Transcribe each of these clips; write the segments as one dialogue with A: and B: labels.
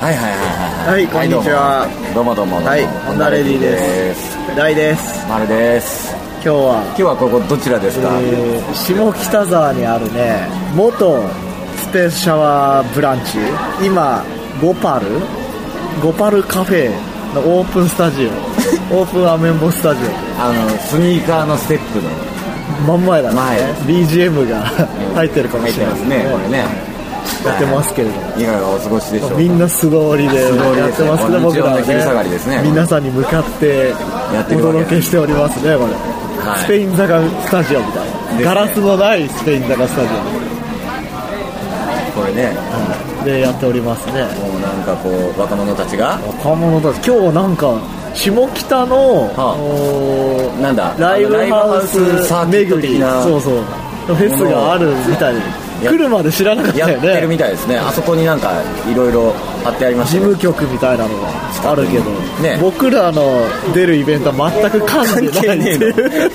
A: はい、こんにちは。
B: どうもどうもどうも
A: はい、ホンダレディです。大です。
B: まるです
A: 今日は、
B: 今日はここどちらです
A: え
B: か、
A: ー、下北沢にあるね、元スペースシャワーブランチ、今、ゴパルゴパルカフェのオープンスタ ジオ、オープンアメンボスタジ
B: あのスニーカーのステップの
A: オ、真ん前だね
B: 前。
A: BGM が入ってるかも
B: 入っ
A: しれ
B: て
A: な
B: ま
A: い
B: すねこれね
A: やってますけれども。
B: いかがお過ごしでしょうか
A: みんな素通りで
B: 素通りですね
A: やってますけど、
B: こんにち
A: 僕
B: は
A: らは
B: 昼下がりですね
A: ね、皆さんに向かって
B: ってるわけ
A: 驚けしておりますね、これ。
B: い
A: スペイン坂スタジオみたい
B: す
A: な。
B: ね
A: ガラスのないスペイン坂スタジオ
B: これね
A: でやっておりますね。
B: もうなんかこう若者たちが
A: 若者たち、今日なんか、下北の、
B: あ
A: おー
B: なんだ
A: ライブハウス
B: サーキット
A: 巡
B: 的
A: り、
B: な
A: そうそう、フェスがあるみたいで、
B: や
A: 来るまで知らなかった
B: や
A: よ
B: ってるみ
A: ね。
B: たいですねあそこになんかいろいろ貼ってありまし
A: 事
B: たけど
A: 務局みたいなのがあるけど、
B: ね
A: 僕らの出るイベントは全く関係ないっていう
B: 関係ね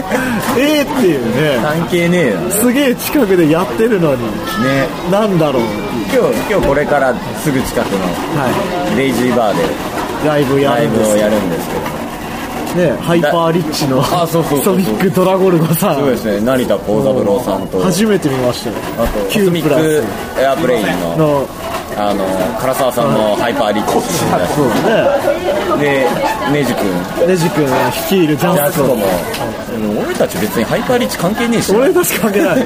A: ええっていうね
B: 関係ねえよ
A: すげえ近くでやってるのに
B: ね
A: なんだろう、
B: 今日今日これからすぐ近くの
A: は
B: レイジーバーで
A: い、ライブや
B: ライ
A: るん
B: ブ
A: で
B: を
A: す
B: やるんですけど
A: ねハイパーリッチの
B: あそうそうそうそう
A: ソニックドラゴルゴさ
B: そうで
A: ん
B: すね成田幸三郎さんと
A: 初めて見ましたよ
B: あと
A: キ
B: キ
A: ュ
B: ュ
A: ー
B: ーミ
A: ミック
B: ックエアプレインの
A: の
B: あの唐沢さんのハイパーリッチを知りま
A: そうね
B: したでネジ君
A: レジ君率いるジ
B: ジ
A: ャ
B: ャ
A: ン
B: ス
A: ス
B: コ
A: コ
B: もでも俺たち別にハイパーリッチ関係ねえし
A: 俺たち関係ない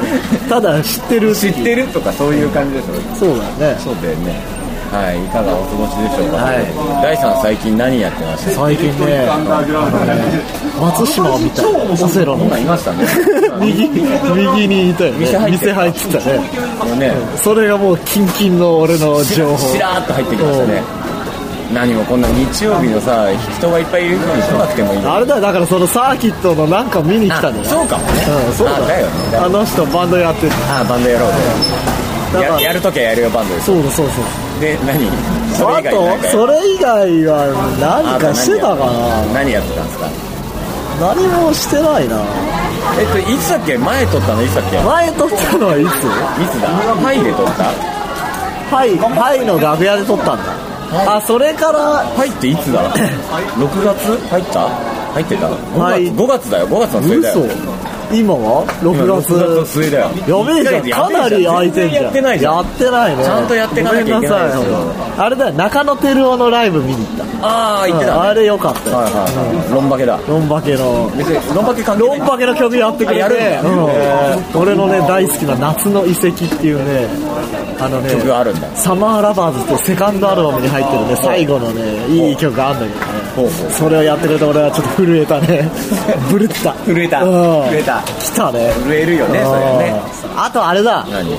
A: ただ知ってる
B: 知ってるとかそういう感じでしょ
A: そうだよね
B: そうだよねはいいかがお過ごしでしょうか、
A: はい
B: 第3最近何やってました
A: 最近ねあのね松島みたいなオセロ
B: こん
A: の
B: なんいましたね
A: 右右にいたよね
B: 店入って
A: 店
B: た
A: 入ってたね
B: あのね
A: それがもうキンキンの俺の
B: しら
A: 情報
B: しらーっと入ってきましたね何もこんな日曜日のさ人がいっぱいいるふうに来なくてもいいのに
A: あれだよだからそのサーキットのなんか見に来たんだよ
B: あそうかもね
A: うんそう
B: あ
A: だ
B: だよ
A: よ
B: ね
A: あの人バンドやってて
B: あバンドやろう
A: だ
B: ぜ
A: か
B: や
A: ら
B: やるときはやるよバンドです
A: そうだそうだそう
B: で何そ
A: だあ
B: れ以外なん
A: と
B: か
A: それ以外は何かしてたかな
B: 何やってたんですか
A: 何もしてないな
B: えっといつだっけ前撮ったのいつだっけ
A: 前撮ったのはいつ
B: いつだハイで撮った
A: はいはいの楽屋で撮ったんだあそれから
B: ハイっていつ だ6月入った入ってた
A: は
B: 5,
A: い
B: 月5月だよ5月の末だ
A: 嘘
B: よ
A: 今は
B: 今の
A: 6月
B: 末だよ
A: やべえじゃんかなり空いてんじゃん
B: やってないじゃん
A: やってないね
B: ちゃんとやっていかなきゃいけないですよ
A: ごめんなさいあれだよ中野照夫のライブ見に行った
B: ああ言ってた、
A: うん
B: ね、
A: あれよかったよ
B: はいはい、ロンバケだ
A: ロンバケの
B: 別にロンバケ関係な
A: ロ
B: い
A: ンバケの曲やってくれ
B: あやるん
A: て
B: だ、
A: うん俺のね大好きな「夏の遺跡」っていうねあのね
B: 曲があるんだ
A: サマーラバーズっていうセカンドアルバムに入ってるね最後のねいい曲があるんだけどね
B: ほうほう
A: それをやってくれて俺はちょっと震えた ねブルった
B: 震えた
A: うん
B: 震えた
A: 来たね
B: 震えるよねそれはね
A: あとあれだ
B: 何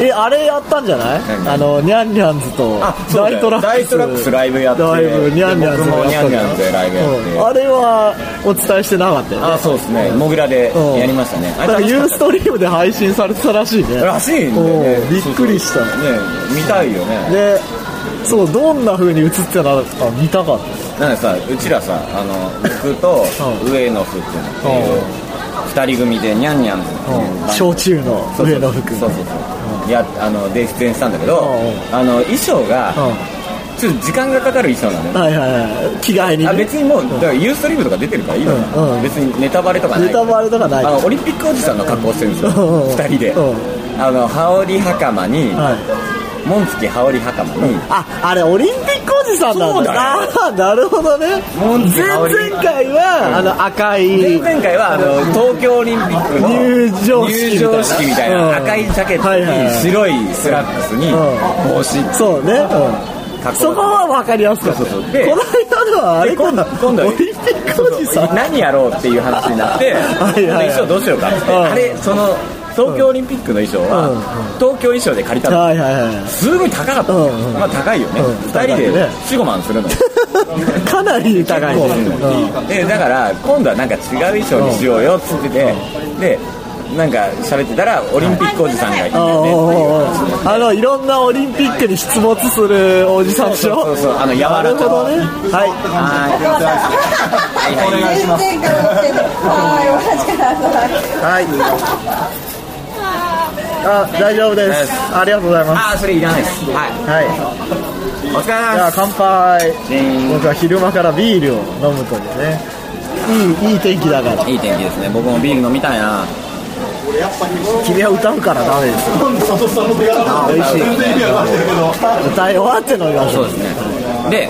A: えあれやったんじゃない
B: 何
A: あのニャンニャンズと
B: あそうだ
A: 大
B: よ
A: トラックス
B: 大トラックスライブやって
A: ライブニャンニャンズもやったじゃん
B: 僕もニャンニャンズでライブやって
A: うんあれはお伝えしてなかったよね
B: あそうですねモグラで
A: うん
B: やりましたねあ
A: だから
B: れ
A: ユーストリームで配信されてたらしいね
B: らしいんだよね
A: うんびっくりした
B: そうそうね見たいよね
A: でそうどんな風に映ってたのか見たかっ
B: なんでさうちらさあの僕と
A: うん
B: 上野福君っていう
A: うん
B: 二人組でニャンニャンズっていうバンド
A: た焼酎の
B: そうそう
A: 上野服
B: そうそうそういやあので出演したんだけど
A: うんうん
B: あの衣装が
A: うん
B: ちょっと時間がかかる衣装なのよ
A: はいはいはい着替えに
B: あ
A: ね
B: 別にもうだからユーストリームとか出てるからいいのか
A: うんう
B: なん別にネタバレとかない
A: ネタバレとかない
B: あのオリンピックおじさんの格好してるんですよ
A: うんうん
B: 2人で
A: う
B: あの羽織袴に
A: はい
B: 紋付き羽織袴に
A: ああれオリンピックおじさんなんだ
B: そうだよ
A: ああ なるほどね
B: もう
A: 前々回はあの赤い
B: 前々回はあの東京オリンピックの
A: 入場式みたい
B: 入
A: な
B: 場式みたい
A: うん
B: な赤いジャケッ
A: はいはい
B: トに白いスラックスに
A: うん
B: 帽子
A: そうね、うん
B: 格好
A: そこは分かりやすかったこ
B: そう
A: の
B: そうで
A: 間のはあれか
B: 今度
A: な
B: 今度
A: オリンピックおじさ ん
B: 何やろうっていう話になって
A: はいはいはい
B: 衣装どうしようかって
A: うん
B: あれその東京オリンピックの衣装は
A: うんうん
B: 東京衣装で借りたの
A: はいはいはい
B: すごい高かった、
A: うんうん
B: まあ高いよね、
A: うん
B: 2人で
A: ね
B: 45万するの
A: かなり高いね、うん
B: でだから今度はなんか違う衣装にしようよっつってて、でなんか喋ってたらオリンピックおじさんがいて、
A: あああああのいろんなオリンピックに出没するおじさんでしょ
B: そうそうあの柔
A: な
B: ら
A: るほど
B: か
A: ね
B: い
A: はい
B: はいはい
C: 全然変わってる。はい、同じから。
A: はいあ大丈夫で
B: 大丈夫です
A: ありがとうございます
B: ああそれいらないですはい
A: はい
B: お疲れ
A: じゃ
B: 様
A: あ乾杯
B: です
A: 僕は昼間からビールを飲むというねいいいい天気だから
B: いい天気ですね僕もビール飲みたいな
A: 君は歌うからダメですよあ美味しい歌い終わって飲みまし
B: そ
A: ょ
B: う
A: う
B: ですねで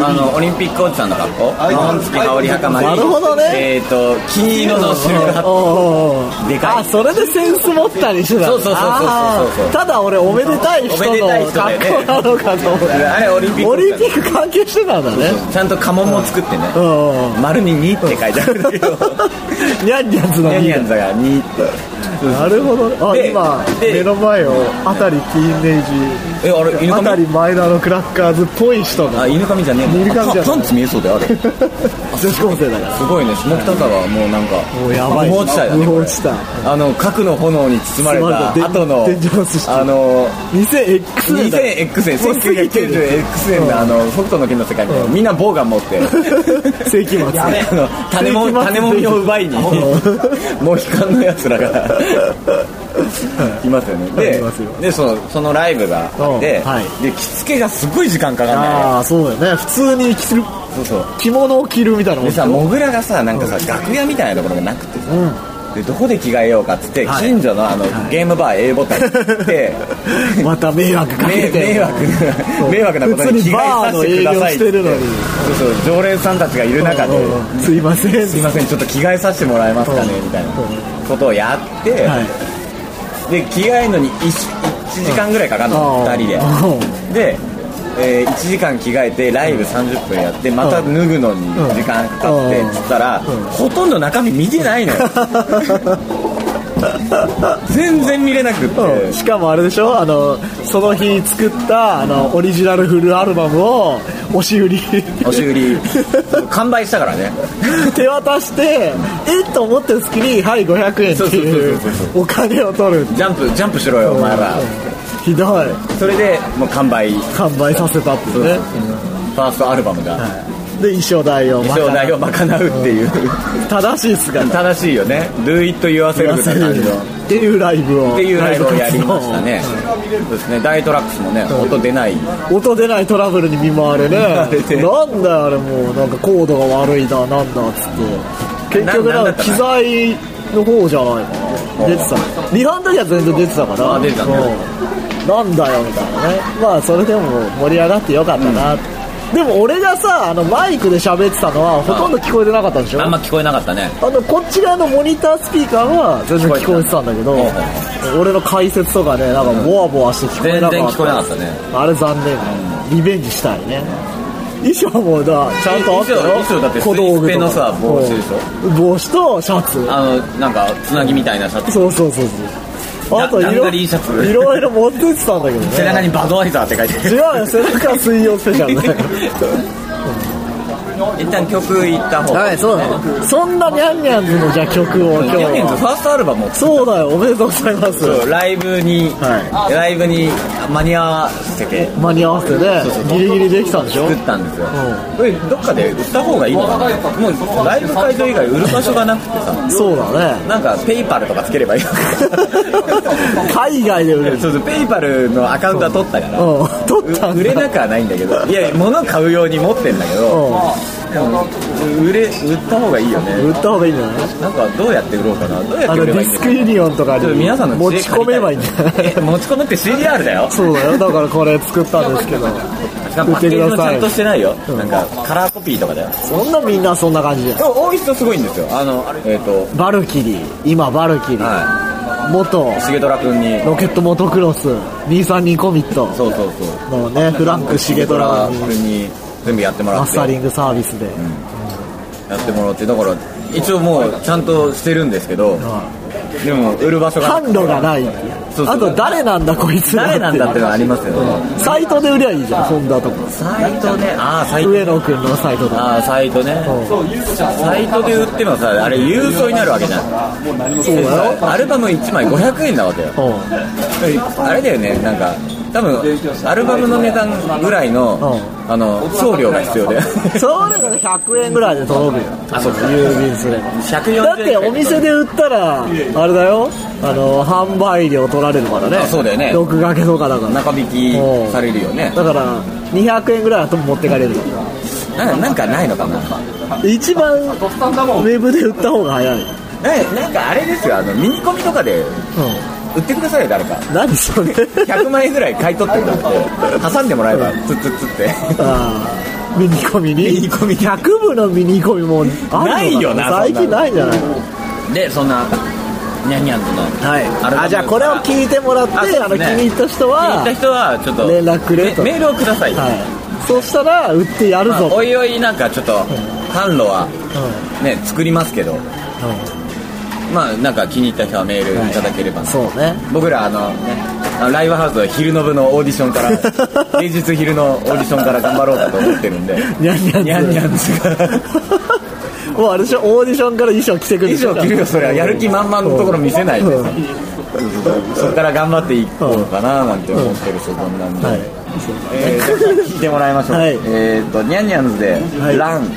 B: あのオリンピックおじさんの格好紋付き羽織袴に
A: なるほどね
B: えっ、と金色のシュル
A: お
B: ハッ
A: うおうおう
B: でかい
A: あそれでセンス持ったりしてた
B: そうそうそうそうそう
A: あーただ俺おめでたい人
B: おめでたい
A: の
B: 人だよね
A: 格好なのかと思って
B: トあれオリンピック
A: オリンピック関係してたんだね
B: ちゃんと家紋も作ってね
A: うんうんうん
B: 丸に2って書いてあるんだけ ど
A: ニャンニャンズの
B: ニャンニャン
A: 2
B: ズが2って
A: なるほどねあ
B: で
A: 今
B: で
A: 目の前をあたりティーンエ
B: え
A: イ
B: あれ
A: ジ
B: 犬
A: あたり
B: 神
A: マイナーのクラッカーズっぽい人が
B: あ犬神じゃねえ
A: 犬神じゃない
B: パンツ見えそうだよあ れす
A: 女子高生だから
B: ごいね下北沢はもうなんか
A: もうやばい
B: 無法地帯だね
A: 無
B: こ
A: 法
B: れ
A: 地帯
B: あの核の炎に包まれた
A: 包まれた
B: 後の
A: 電電磁波
B: あの
A: 2000X 年だ
B: 2000X 年
A: もう過ぎてる
B: 1990X 年のあの北斗の拳の世界みたいなみんなボウガン 持って
A: 世紀末
B: あの種もみ
A: 世紀末
B: 種もみを奪いに モヒカンのやつらがいますよね
A: い
B: で
A: ますよ
B: でそのそのライブがあって、
A: うんはい
B: で着付けがすごい時間かかんない
A: ああそうだよね普通に着る
B: そうそう
A: 着物を着るみたいなも
B: で
A: ん
B: さモグラがさなんかさ楽屋みたいなところがなくてさ、
A: うん
B: でどこで着替えようかっつって、
A: はい
B: 近所のあの、ゲームバー A ボタンに行って
A: また迷惑かけ
B: 迷
A: て
B: 迷惑
A: そう
B: 迷惑なことに着替えさせてくださいっつっ
A: 普通にバーの営業してるの
B: そ
A: に
B: うそう常連さんたちがいる中で、
A: うんうんすいません
B: すいませんちょっと着替えさせてもらえますかね
A: うん
B: みたいな
A: うん
B: ことをやって、
A: はい
B: で着替えるのに 1, 時間ぐらいかかるの、
A: うん
B: 二人で、で、え1時間着替えてライブ30分やってまた脱ぐのに時間かかって
A: うん
B: っつったら、
A: うん
B: ほとんど中身見てないの よ全然見れなくって、
A: うんしかもあれでしょあのその日作ったあのオリジナルフルアルバムを押し売り
B: 押し売り完売したからね
A: 手渡してえっと思ってる隙にはい500円っていう
B: そうそうそう
A: お金を取る
B: ジャンプジャンプしろよお前ら
A: ひどい
B: それでもう完売フ
A: 完売させたっていうね
B: ァーストアルバムが
A: で衣装代を
B: 衣装代を賄うっていう
A: 正しい姿
B: 正しいよね「Do it yourself」な感じの
A: っていうライブを
B: っていうライブをやりましたねそうですね大トラックスもね音出ない
A: 音出ないトラブルに見舞われね なん
B: われて
A: だよあれもうなんかコードが悪いだなんだっつって結局
B: ななん
A: なん
B: だっ
A: か
B: た
A: 機材の方じゃないかな出てたリハの時は全然出てたから
B: あ出てたね
A: うんなんだよみたいなねまあそれでも盛り上がってよかったなって、でも俺がさあのマイクで喋ってたのはほとんど聞こえてなかったでしょ
B: あんま聞こえなかったね
A: あのこっち側のモニタースピーカーは全然聞こえてたんだけど
B: 聞こ
A: 俺の解説とかねなんかボワボワして聞こえなかった
B: 全然聞こえなかったね
A: あれ残念リベンジしたいね衣装もだちゃんとあった
B: 衣装
A: よ
B: 衣装だって
A: 小道具とか
B: スイスペのさ帽子でし
A: うん帽子とシャツ
B: あのなんかつなぎみたいなシャツ
A: そうそうそうそうあと
B: ラン
A: いろ
B: ダリーシャツ
A: いろいろ持ってってたんだけどね
B: 背中にバドワイザーって書いて
A: 違うよ背中は水曜スペシャルだよ
B: 一旦曲いった方が
A: はいそうだねそんなニャンニャンズのじゃあ曲を今
B: ヤニ
A: 日
B: ーズフ
A: は
B: ァーストアルバムを
A: そうだよおめでとうございます
B: そうライブに、
A: は
B: ライブに間に合わせて
A: 間に合わせてね
B: そうそう
A: ギリギリできたんでしょ
B: 作ったんですよ、これどっかで売った方がいいのかなもうライブ会場以外売る場所がなくてさ
A: そう だね
B: なんかペイパルとかつければいいのか
A: 海外で売
B: な
A: れる
B: そうそうペイパルのアカウントは取ったから
A: うん取ったんだ
B: 売れなくはないんだけどいや物買うように持ってんだけど
A: う
B: でも売れ売った方がいいよ
A: ん売
B: ね
A: った方がいいんじゃない
B: なんかどうやって売ろうかなどうやっ
A: あ
B: て
A: の
B: 売
A: デ
B: れば
A: ィ
B: いいん
A: ス
B: だろ
A: ク
B: う
A: ユニオンとか
B: ちょっ
A: に
B: と皆さんの
A: 持
B: 知恵
A: ち
B: 借り
A: 込
B: た
A: めばいいんじゃない
B: え持ち込むって CDR だよ
A: そうだよだからこれ作ったんですけど
B: しかもパッケージもちゃんとしてないよ、
A: ん
B: なんかカラーコピーとかだよ
A: そんなみんなそんな感じじゃん
B: でも多い人すごいんですよあのえっ、と
A: バルキリー今バルキリー、
B: は
A: 元
B: い重虎君に
A: ロケットモトクロス232コミット
B: そうそうそう
A: のねフランク重虎に
B: 君に全部やってもら
A: マ
B: っ
A: ス
B: て
A: タ
B: や
A: リングサービスで、
B: ってもらってだから一応もうちゃんとしてるんですけど、でも売る場所が
A: 販路がない
B: そうそう
A: あと誰なんだこいつ
B: 誰なんだってのはありますよね、
A: サイトで売りゃいいじゃんホンダとか
B: サイトねああサイト
A: 上野くんのサイトで
B: ああサイトねサイトで売ってもさあれ郵送になるわけじゃん
A: そうだよ
B: アルバム1枚500円なわけよ
A: う
B: あれだよねなんか多分アルバムの値段ぐらいの,、
A: う
B: あの送料が必要だよ
A: んそれがね100円ぐらいで届くよ
B: あそうか
A: 郵便すれば
B: 140
A: だってお店で売ったらあれだよあの販売料取られるからね
B: あそうだよね
A: 録画けとかだから
B: 中引き
A: うん
B: されるよね
A: だから200円ぐらいは持ってかれる
B: なんなんかないのかな
A: 一番ウェブで売った方が早い、うん、
B: ななんかあれですよあのミニコミとかで売ってくださいよ誰か
A: 何それ
B: 100万円ぐらい買い取ってください挟んでもらえばツッツッツって
A: あーミニコミに
B: ミニコミ
A: 100部のミニコミもあるのか
B: ないよな
A: 最
B: そん
A: 近
B: なの
A: ないんじゃないの
B: でそんなニャンニャンとの
A: はい
B: アルバム
A: あじゃあこれを聞いてもらってあ、
B: あそうですね
A: の気に入った人
B: 気に入
A: は
B: った人はちょっと
A: 連絡くれと
B: メメールをください、
A: はい、そうしたら売ってやる
B: まあ
A: ぞ、
B: おいおいなんかちょっと販路はね作りますけど
A: うんうん
B: まあなんか気に入った人はメールいただければな、
A: そうね
B: 僕らあの、ね、あのライブハウスの昼の部のオーディション から平日昼のオーディションから頑張ろうかと思ってるんで
A: にゃんにゃん
B: ニャンニャンズが
A: もうあれでしょオーディションから衣装着てくる
B: 以上着るよそれはやる気満々のところ見せないで
A: うん
B: そっから頑張っていこうかななんて思ってる所存なんで、
A: はい
B: えーじゃあ聞いてもらいましょう、
A: はい
B: えっ、とニャンニャンズで「
A: はい
B: ラン」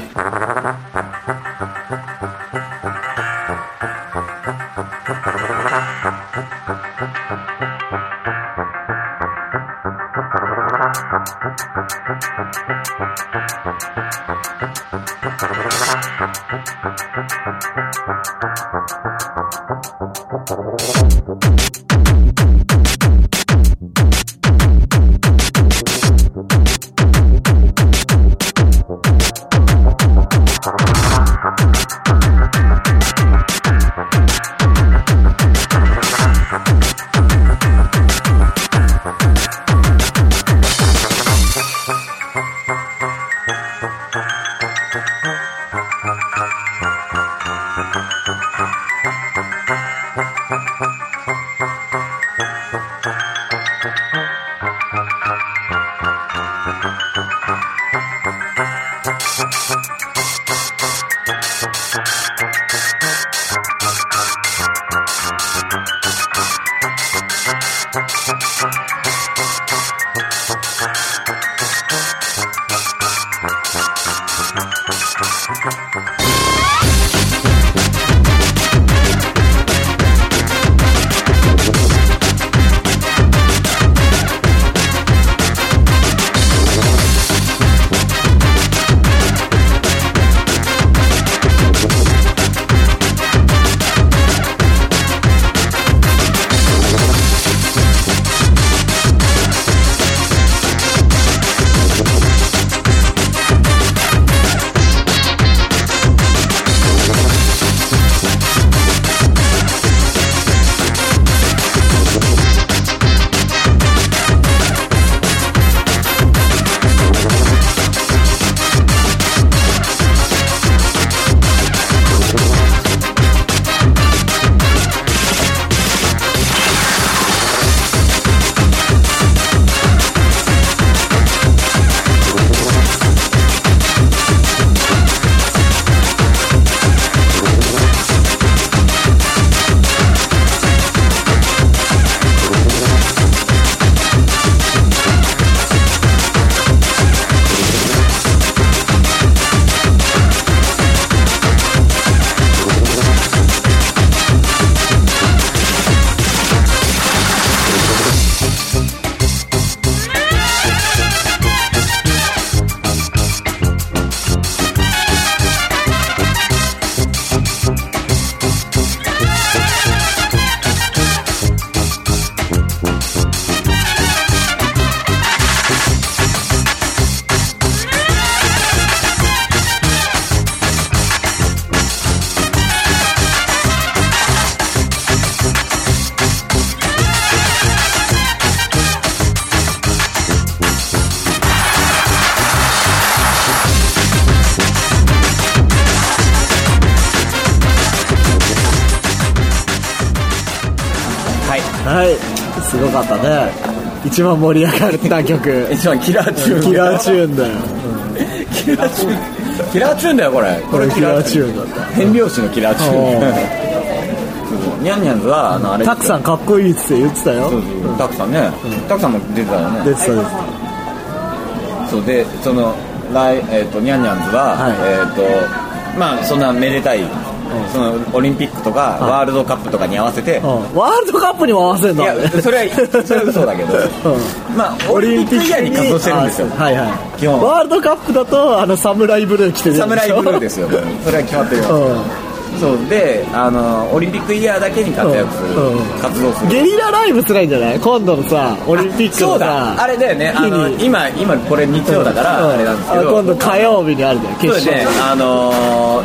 B: はい
A: はいすごかったね一番盛り上がった曲
B: 一番キラーチューン
A: キラーチューンだよ
B: キラーチューンキラーチューンだよこれ
A: これキラーチューンだっ
B: 変拍子のキラーチューンニャンニャンズはあのあれ
A: たたくさんかっこいいっつって言ってたよ
B: そうそうたくさんね、たくさんも出てたよね
A: 出てたです
B: そうでその来えっ、とニャンニャンズは、
A: はい
B: えっ、とまあそんなめでたいそのオリンピックとかワールドカップとかに合わせて、
A: うんワールドカップにも合わせる
B: い
A: の
B: やそれはそれは嘘だけ ど、
A: う
B: まあオリンピック以外に活動してるんですよ
A: あはいはい
B: 基本
A: ワールドカップだとあのサムライブルー着てる
B: サムライブルーですすよもうそれは決まってるよ、
A: う
B: そうであのオリンピックイヤーだけに活躍する、
A: うんうん
B: 活動す
A: ん
B: る
A: ゲリラライブ辛いんじゃない今度のさオリンピック
B: そ
A: の
B: うだ
A: さ
B: あれだよねあの
A: 日に
B: 今今これ日曜だから
A: うん
B: あれなんですけ
A: あ
B: ど
A: 今度火曜日にあるじゃん決
B: そう
A: 勝
B: ね、あの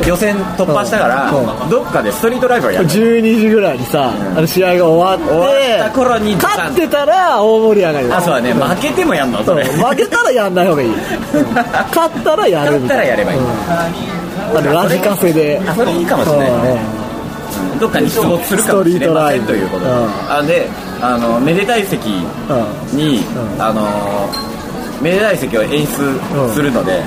B: ー予選突破したから、
A: うんうん
B: どっかでストリートライブをやる
A: 12時ぐらいにさ、あの試合が終わって
B: 終わった頃にドカン
A: 勝ってたら大盛り上がりだ
B: あそうだね負けてもやんの
A: そ
B: そうれ
A: 負けたらやんない方 がいい、うん勝ったらや
B: 勝っ
A: るみ
B: た
A: た
B: ら
A: いな
B: やればいい、
A: あのラジカセで
B: あそれいいかもしれないね、うんどっかに出没するかもしれません
A: ス
B: と
A: トリ
B: い
A: ー
B: う
A: ト
B: こ
A: ライ
B: と
A: ブ
B: で、
A: うん
B: あであのめでたい席に、
A: うんうんうん
B: あのめでたい席を演出するので、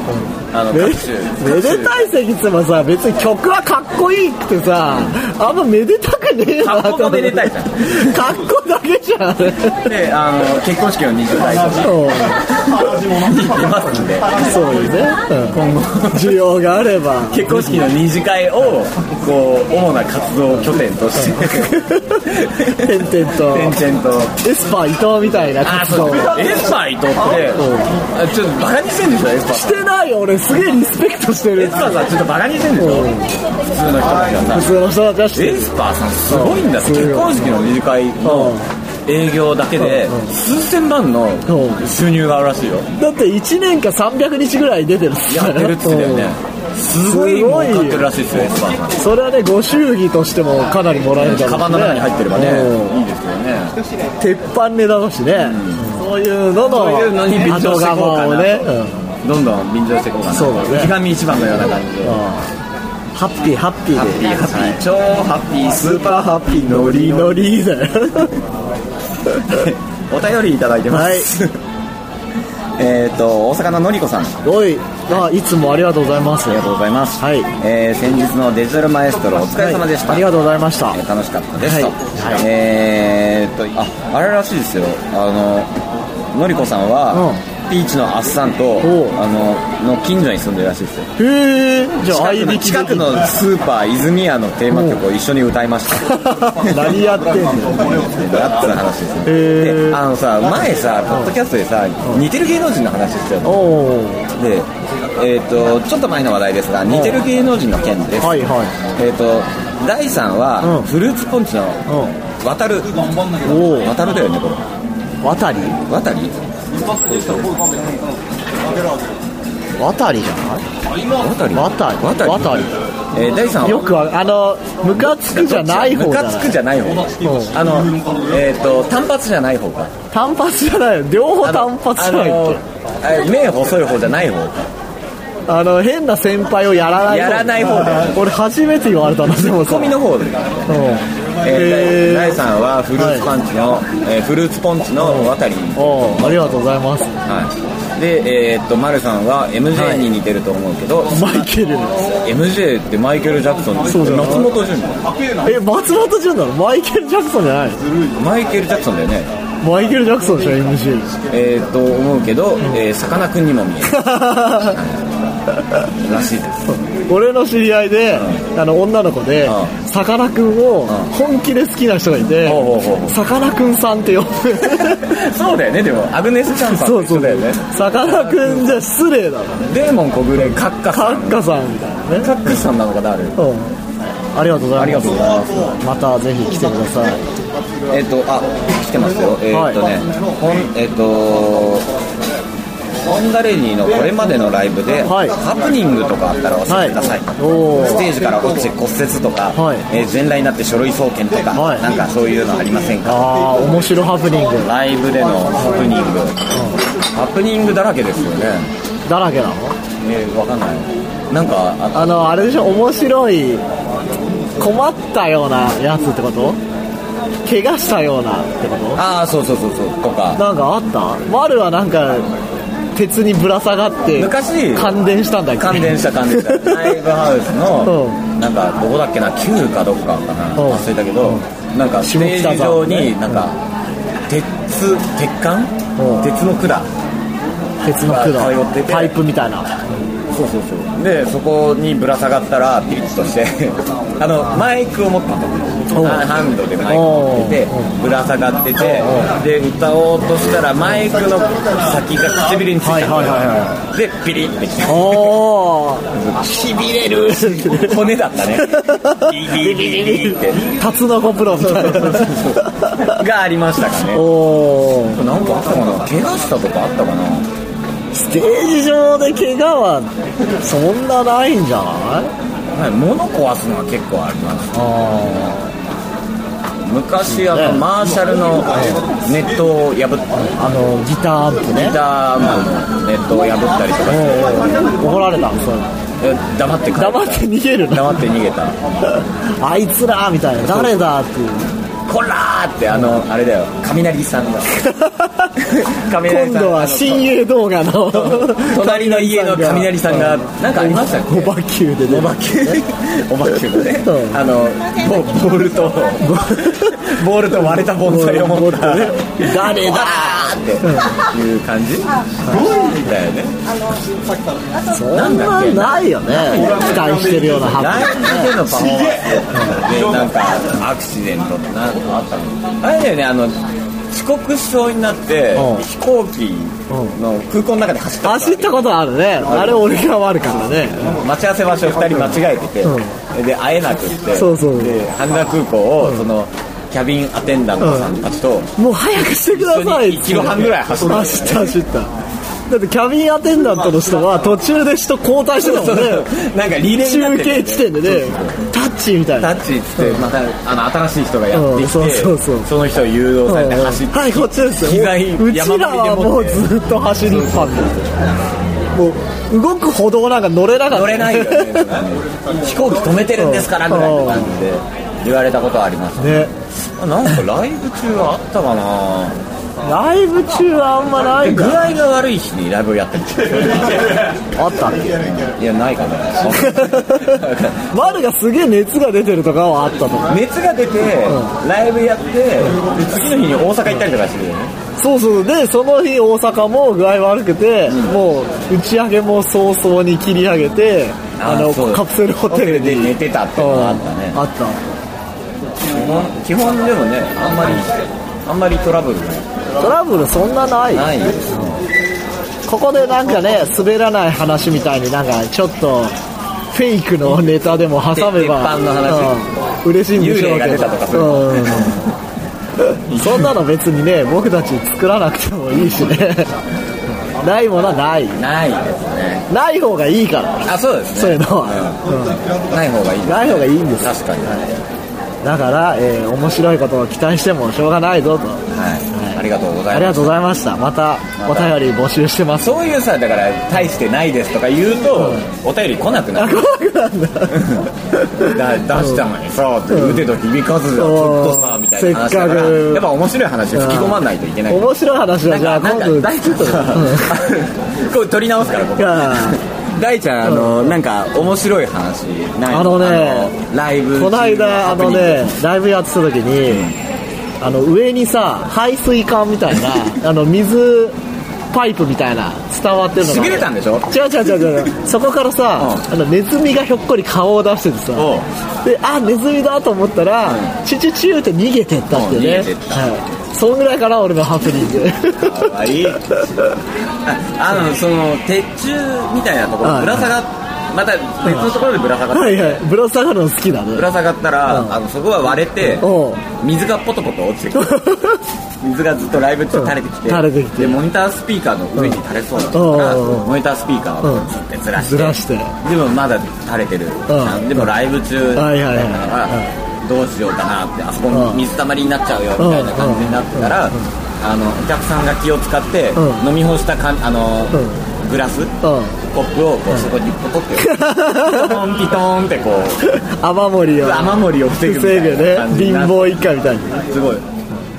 B: あの
A: め
B: 各種
A: めでたい席っつってもさ別に曲はかっこいいってさあんまめでたくねえよな
B: 格好がめでたいじゃん
A: 格好だけじゃん
B: 各種であの結婚式を20代とか
A: そう
B: に行きますん で
A: そうよね、今後需要があれば
B: 結婚式の二次会をこう主な活動拠点として
A: 点々と
B: 点々と
A: エスパー伊藤みたいな
B: あ
A: 活
B: そ
A: 動
B: うエスパー伊藤ってあちょっとバカにしてんでしょエスパー
A: し
B: さ
A: てないよ俺すげえリスペクトして
B: んエ
A: る
B: スパーさんちょっとバカにしてんでしょ
A: うん
B: 普通の人たちがさ
A: 普通の人たちはして
B: エ
A: る
B: スパーさんすごいんだって
A: うん
B: 結婚式の二次会の営業だけで
A: うん
B: 数千万の
A: うん
B: 収入があるらしいよ
A: だって1年間300日ぐらい出てるっす
B: や
A: から
B: ってるっつってたよねすごい
A: す
B: 儲
A: ごいよ
B: かってるらしいですよエスパーさん
A: それはねご祝儀としてもかなりもらえるんだろうね
B: カバンの中に入ってれば
A: うん
B: ねいいですけどね
A: 鉄板ネタだしね、そういうのの
B: そういうのに便乗していこうか
A: 後釜を
B: なと
A: ね、うん
B: どんどん便乗していこうかな
A: そうだね
B: 池上一番のような感じで
A: ハッピーハッピーで
B: ハッピーハッピー超ハッピースーパーハッピーノ
A: ノリ
B: リノ
A: ノ
B: リ
A: リだよ
B: お便りいただいてます、えっと大阪ののりこさんあ
A: おいあいつもありがとうございます
B: りがとうございます、
A: はい
B: えー先日のデジタルマエストロお疲れ様でした、
A: はいありがとうございました
B: えー楽しかったです
A: はい
B: と、
A: はい
B: えーっとああれらしいですよあののりこさんは、ピーチのあっさんと
A: おう
B: あのの近所に住んでるらしいですよ
A: へえじゃあ
B: 近
A: 相
B: くの
A: 引きで
B: 近
A: き
B: く
A: る
B: のスーパー泉屋のテーマ曲を一緒に歌いま した
A: 何やってんの
B: ラッツの話ですね、
A: へー
B: であのさ前さポッドキャストでさ、似てる芸能人の話ですよね
A: おお
B: でえっ、とちょっと前の話題ですが似てる芸能人の件です、
A: はいは
B: えっ、と第3話、
A: うん
B: フルーツポンチの渡る
A: おう
B: 渡るだよねこれ
A: い渡り
B: 渡り
A: 渡りじゃな
B: 渡り
A: 渡り
B: 渡り
A: 渡り
B: えー第3話
A: いよくああのムカつくじゃない方
B: ム
A: じゃ
B: カ
A: ない
B: つくじゃない方
A: うん
B: あのえっ、と単発じゃない方か
A: 単発じゃないよ両方単発じゃないっけ
B: あのあ目細い方じゃない方
A: あの変な先輩をやらない方
B: やらない方だよ
A: 俺初めて言われたなで
B: ツッ
A: もさ
B: コミの方で
A: うん
B: えー、
A: へ
B: 第
A: ー
B: 3はフルーツパンチの、えーフルーツポンチの渡り、
A: おうありがとうございます
B: はい、でえーっと丸さんは
A: は
B: MJ
A: い
B: に似てると思うけど、
A: マイケル
B: MJ ってマイケル・ジャクソンです
A: そうじゃない
B: 松本潤だ
A: え松本潤なのマイケル・ジャクソンじゃないの
B: マイケル・ジャクソンだよね
A: マイケル・ジャクソンでしょ MC
B: えーっと思うけど、えーさかなクンにも見 えるらしいです
A: 俺の知り合いで、あの女の子で
B: う
A: さかなクンを本気で好きな人がいて
B: ほうほうほうほう
A: さかなクンさんって呼ぶ
B: そうだよねでもアグネス・チャンさん
A: そ
B: と
A: う
B: 一
A: そ
B: 緒
A: う
B: だよね
A: さかなクンじゃ失礼だろ
B: デーモン小暮カッカ
A: カ
B: さん
A: ッカさんみたいなね
B: カッカさんなのかなあれ
A: うんありがとうござ
B: あ
A: い
B: り
A: ま
B: が
A: す
B: とうございます
A: またぜひ来てください
B: えっ、と、あ、来てますよ。えっ、とね、ほん、えっ、と。ホンダレディのこれまでのライブで、
A: はい
B: ハプニングとかあったら教えてください、
A: はいおー
B: ステージから落ちて骨折とか、
A: はい
B: えー全裸になって書類送検とか、
A: はい
B: なんかそういうのありませんか
A: ああ面白ハプニング
B: ライブでのハプニング、ハプニングだらけですよね
A: だらけなの
B: えー、わかんないなんかあ
A: あのあれでしょ面白い困ったようなやつってこと怪我したようなってこと
B: あーそうそうそうそうとか
A: なんかあった丸はなんか鉄にぶら下がって
B: 昔
A: 感電したんだっけ
B: 感電した感電したライブハウス
A: う
B: のなんかどこだっけな旧かどっかかな
A: うん
B: 忘れたけどなんかステージ上になんか鉄鉄管
A: うん
B: 鉄の管
A: 鉄の管
B: 通ってて
A: パイプみたいな
B: そうそうそうでそこにぶら下がったらピリッとして あのマイクを持ってた
A: おう
B: のハンドでマイクを持っててぶら下がっててで歌おうとしたらマイクの先が唇についたの
A: はいはいはいは
B: でピリッてきた
A: おー
B: しびれる骨だったねビリビリビリって
A: タツノコプロみたいな
B: がありましたかね
A: おー
B: なんかあったかな怪我したとかあったかな
A: ステージ上で怪我はそんなないんじゃない
B: はい物壊すのは結構あります
A: あ
B: 昔あの
A: ね
B: マーシャルのネットを破っ
A: ああのギターアンプね
B: ギターのネットを破ったりとかして
A: おー怒られたそう
B: え黙って帰った
A: 黙って逃げるな
B: 黙って逃げた
A: あいつらみたいな誰だっていう
B: こらーってあのあれだよ雷さんだ
A: 今度は
B: あ
A: 親友動画
B: の
A: の
B: 隣の家の雷さんがなんかありましたっけ
A: おばきゅうでね
B: おばけ おばけのね
A: そう
B: あのボボール とボールと割れた盆栽を持った
A: ね誰だ
B: っていう感じだよね
A: そんなんないよね期待してるようなハ
B: ライ
A: ッピ
B: ブでのパフォーマンスでなんかアクシデントってなんかあったのあれだよねあの遅刻しそうになって
A: うん
B: 飛行機の空港の中で走ったことある
A: 走ったことあるねあれ俺が悪かったね
B: 待ち合わせ場所2人間違えてて、で会えなくって
A: そうそう
B: で羽田空港をそのキャビンアテンダントさんたちと、
A: もう早くしてください
B: 一キロ半ぐらい走った
A: 走った走っただってキャビンアテンダントの人は途中で人交代してたもんね
B: なんかリレーになって
A: 中
B: て
A: 継地点でねタッチみたい
B: タ
A: な
B: ッチっつってまたあの新しい人がやってきて、
A: うんそうそうそう
B: その人を誘導されて走って、
A: はいこっちですよ
B: 膝に
A: うちらはもうずっと走りっぱんですもう動く歩道なんか乗れなかった
B: 乗れないよね飛行機止めてるんですからぐらいの感じで言われたことはあります
A: ね
B: なんかライブ中はあったかな
A: ライブ中はあんまない
B: 具
A: か
B: 合が悪い日にライブやってる
A: あったっけ
B: いやないか な
A: 丸がすげえ熱が出てるとかはあったとか
B: 熱が出て、ライブやって、で次の日に大阪行ったりとかしてるよね。
A: そうそうでその日大阪も具合悪くて、もう打ち上げも早々に切り上げてあの
B: そう
A: カプセルホテル
B: ホテ
A: に
B: ルで寝てたっていうのがあったね
A: うん。あっ
B: 基本、基本でもね、あんまり、あんまりトラブル
A: たトラブルそんなない
B: ないよ。
A: ここでなんか ね滑らない話みたいになんかちょっとフェイクのネタでも挟めば
B: 鉄板の話
A: うん嬉しいんでしょ
B: 幽霊
A: う
B: が
A: け
B: 出
A: ど
B: たとかそう
A: うんそんなの別にね僕たち作らなくてもいいしね ないものはない
B: ないですね。
A: ない方がいいから
B: あ、そうですね。
A: そういうのは、
B: ない方がいい
A: うん。ない方がいいんです
B: 確かに。は
A: だから、えー面白いことを期待してもしょうがないぞと
B: い。ありがとうござ
A: あ
B: い
A: り
B: ま
A: が
B: す。
A: とうございましたまたお
B: た
A: 便り募集してます
B: そういうさ、だから、大してないですとか言うと、お便り来なくな
A: あ
B: る。
A: 怖くなんだ
B: だ出したのにさ、腕と響かずじゃん、ちょっとさ、みたいな話だから、
A: せっかく
B: やっぱ面白い話吹き込まないといけない。
A: 面白い話はじゃあ
B: なんか
A: 今
B: なん
A: 度
B: か大ちゃんさ、 これ取り直すから、ここ
A: いや。
B: 大ちゃん、あの、なんか、面白い話ない
A: あのね
B: あのライブ中
A: この間あのね、ライブやってた時にあの上にさ排水管みたい なあの水パイプみたいな伝わってるの
B: しびれたんでしょ
A: 違う違う違う違うそこからさ、
B: う
A: あのネズミがひょっこり顔を出しててさ
B: おう
A: であネズミだと思ったら、チュチュチュって逃げてったっていうね
B: うん逃げてった
A: はい、そんぐらいかな俺のハプ ニング
B: 可愛いあ あのその鉄柱みたいなとこ
A: は
B: ろぶ
A: い
B: ら下がっまた別のところでぶら下がっ
A: はい
B: て
A: はいぶら下がるの好きだね
B: ぶら下がった
A: うん
B: らあのそこは割れて
A: おう
B: 水がポトポト落ちて くる水がずっとライブ中垂れてきて
A: 垂れてきて
B: でモニタースピーカーの上に垂れそうだったから
A: うんうん
B: モニタースピーカーをずってずらして
A: ずらして
B: でもまだ垂れてる
A: ん
B: でもライブ中だか
A: はいはいはい
B: らどうしようかなってあそこ
A: うん
B: 水たまりになっちゃうよみたいな感じになってたらあのお客さんが気を使って
A: うん
B: 飲み干したかんあのグラス
A: うん
B: コップをこうそこにポト ってピトンピトンってこう
A: 雨漏りを
B: 雨漏りを防ぐみた
A: 防ぐ
B: いな
A: ね
B: 感じに
A: 貧
B: なって
A: 乏一家みたいに
B: すごい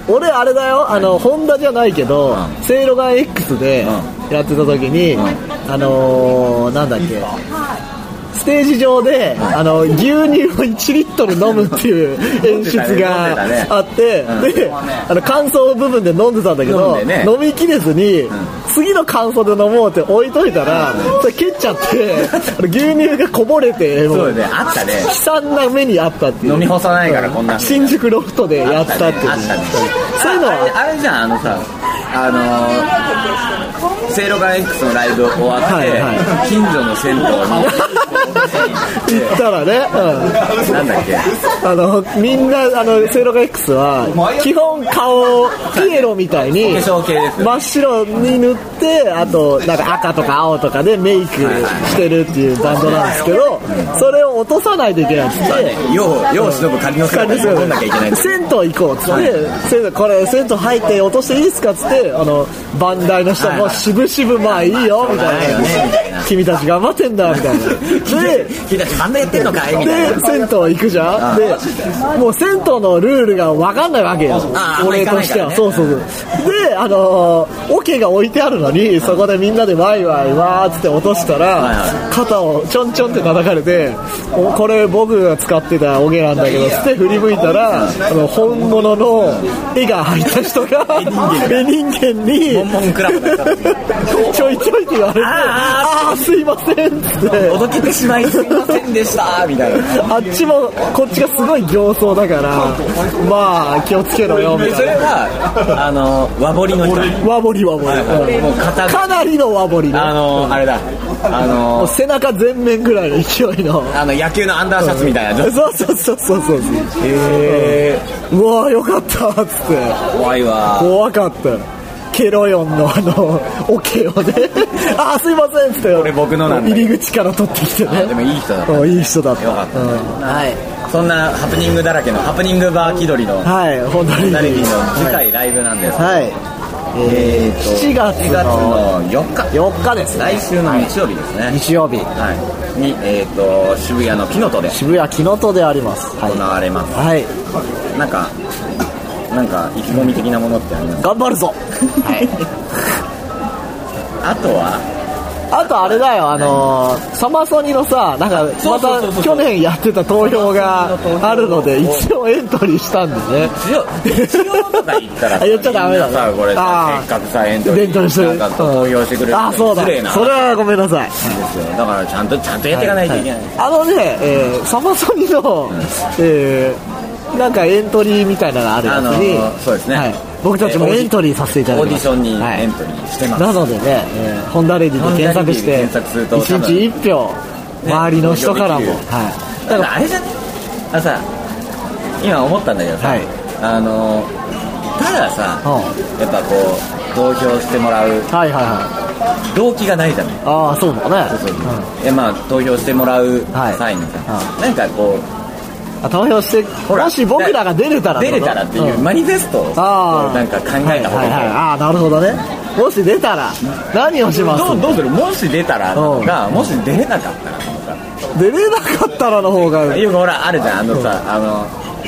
A: 俺あれだよあの、ホンダじゃないけど、
B: うん
A: セイロガン X で
B: う
A: やってた時に、
B: うん
A: あのー、なんだっけ、ステージ上で、あの牛乳を1リットル飲むっ ていう演出があって、
B: 飲んでたね飲んでたね
A: で、あの乾燥部分で飲んでたんだけど、
B: 飲んでね
A: 飲みきれずに、次の乾燥で飲もうって置いといたら、それ蹴っちゃって、 あの牛乳がこぼれて、も
B: そううだねあったね
A: 悲惨な目にあったっていう。
B: 飲み干さないからこんな
A: 新宿ロフトでやったってい
B: あ
A: う。
B: ったね
A: そういうの
B: あれ
A: は、
B: あれじゃんあのさあのー、セイロガン X のライブ終わって、
A: はいは
B: 近所の銭湯に
A: 行ったらね、うん。
B: なんだっけ
A: あの、みんな、あの、セイロガ X は、基本顔をピエロみたいに、
B: お化粧系ですよ
A: 真っ白に塗って、あと、なんか赤とか青とかでメイクしてるっていうバンドなんですけど、それを落とさないといけないっつっ
B: そうだ
A: て、
B: ねようよう忍ぶ仮の姿に戻んなきゃいけない
A: 銭湯行こうっつって、銭湯これ銭湯入って落としていいですかっつってあのバンダイの人も渋々まあいいよ
B: まあしょ
A: みたい
B: うがないよねみたい
A: な
B: な
A: 君たち頑張ってんだ みたいなで
B: 君たちバンドやってんのかいみたい
A: で
B: な
A: 銭湯行くじゃんでもう銭湯のルールが分かんないわけよ
B: あー
A: 俺としては、
B: あんま行かないからね
A: そうそうそうであのーオケが置いてあるのにそこでみんなでワイワイわーっつって落とした
B: はい
A: ら
B: は
A: 肩をちょんちょんって叩かれておこれ僕が使ってたオケなんだけどつって振り向いたらあの本物の絵が入った人が絵人間に
B: モンモンクラブだった
A: ちょいちょいって言われて
B: あ
A: ああーすいませんっつって
B: おどけてしまいすいませんでしたみたいな
A: あっちもこっちがすごい形相だからまあ気をつけろよみ
B: でそ
A: たい
B: れはあの和彫りの人
A: な和彫り和彫り
B: もう肩が
A: かなりの和彫りね
B: あのあれだあ
A: も
B: の
A: う背中全面ぐらいの勢いの
B: あの野球のアンダーシャツみたいな女
A: そうそうそうそうそう
B: へ
A: うわよかったっつって
B: 怖いわ
A: 怖かったケロヨンのあのオケをね あーすいませんっつって
B: れ僕のなんだ
A: 入り口から取ってきて
B: あでも
A: ね
B: いい人だった
A: うんいい人だった
B: よかった
A: うん
B: はいそんなハプニングだらけのハプニングバー気取りの
A: はい本当に
B: ナレビの次回ライブなんです
A: はい
B: えーと
A: 7月
B: 7
A: の
B: 月の4日
A: 4日ですね
B: 来週の日曜日ですね
A: 日曜日
B: はいにえっと渋谷のキノトで
A: 渋谷木の戸であります
B: 行われます
A: はい
B: なんかなんか意気込み的なものってあります
A: 頑張るぞ
B: はい あとは
A: あとあれだよあのーサマソニのさなんか
B: そ
A: ま
B: うそうそうそう
A: た去年やってた投票があるので一応エントリーしたんでね
B: 一応一応とか言ったら
A: あ言っちゃダメだ
B: みんなさこれ
A: あ
B: さ
A: ー
B: せっかくさエントリ
A: エントリ
B: ー
A: ーする
B: なんか投票してくれる
A: あそうだ
B: 失礼な
A: それはごめんなさい
B: ですよだからちゃんとちゃんとやっていかないといけない、
A: あのね、えーサマソニの、えーなんかエントリーみたいなのがあるやつに、
B: あのーそうですね
A: はい、僕たちも
B: えーオーディ
A: エントリーさせていただき
B: オーデ
A: ま
B: ィ
A: す
B: ションにエン
A: はい
B: トリーしてます、
A: なのでね、えーホンダレディで検索し
B: ホ
A: て
B: ンダレディで検索すると多分
A: 1日1票
B: ね
A: 周りの人からも、
B: 投票できる
A: はい、
B: だか
A: だから
B: あれじゃねあのさ今思ったんだけどさ、
A: はい
B: あのたださ、
A: う
B: やっぱこう投票してもらう
A: らはいはいはい
B: 動機がないじゃない
A: ああそうだね
B: そう
A: うん
B: えまあ投票してもらう
A: はい
B: 際にさ、
A: う
B: なんかこう
A: あ投票して
B: ほら
A: もし僕らが出れたら
B: 出れたらっていう、
A: ん
B: マニフェストを
A: ああ
B: なんか考えた方が
A: はい
B: い
A: はいはいああなるほどねもし出たら何をします
B: どうどうするもし出たら
A: うん
B: がもし出れなかったらとか
A: 出れなかったらの方が
B: よくほらあるじゃんあのさ、あの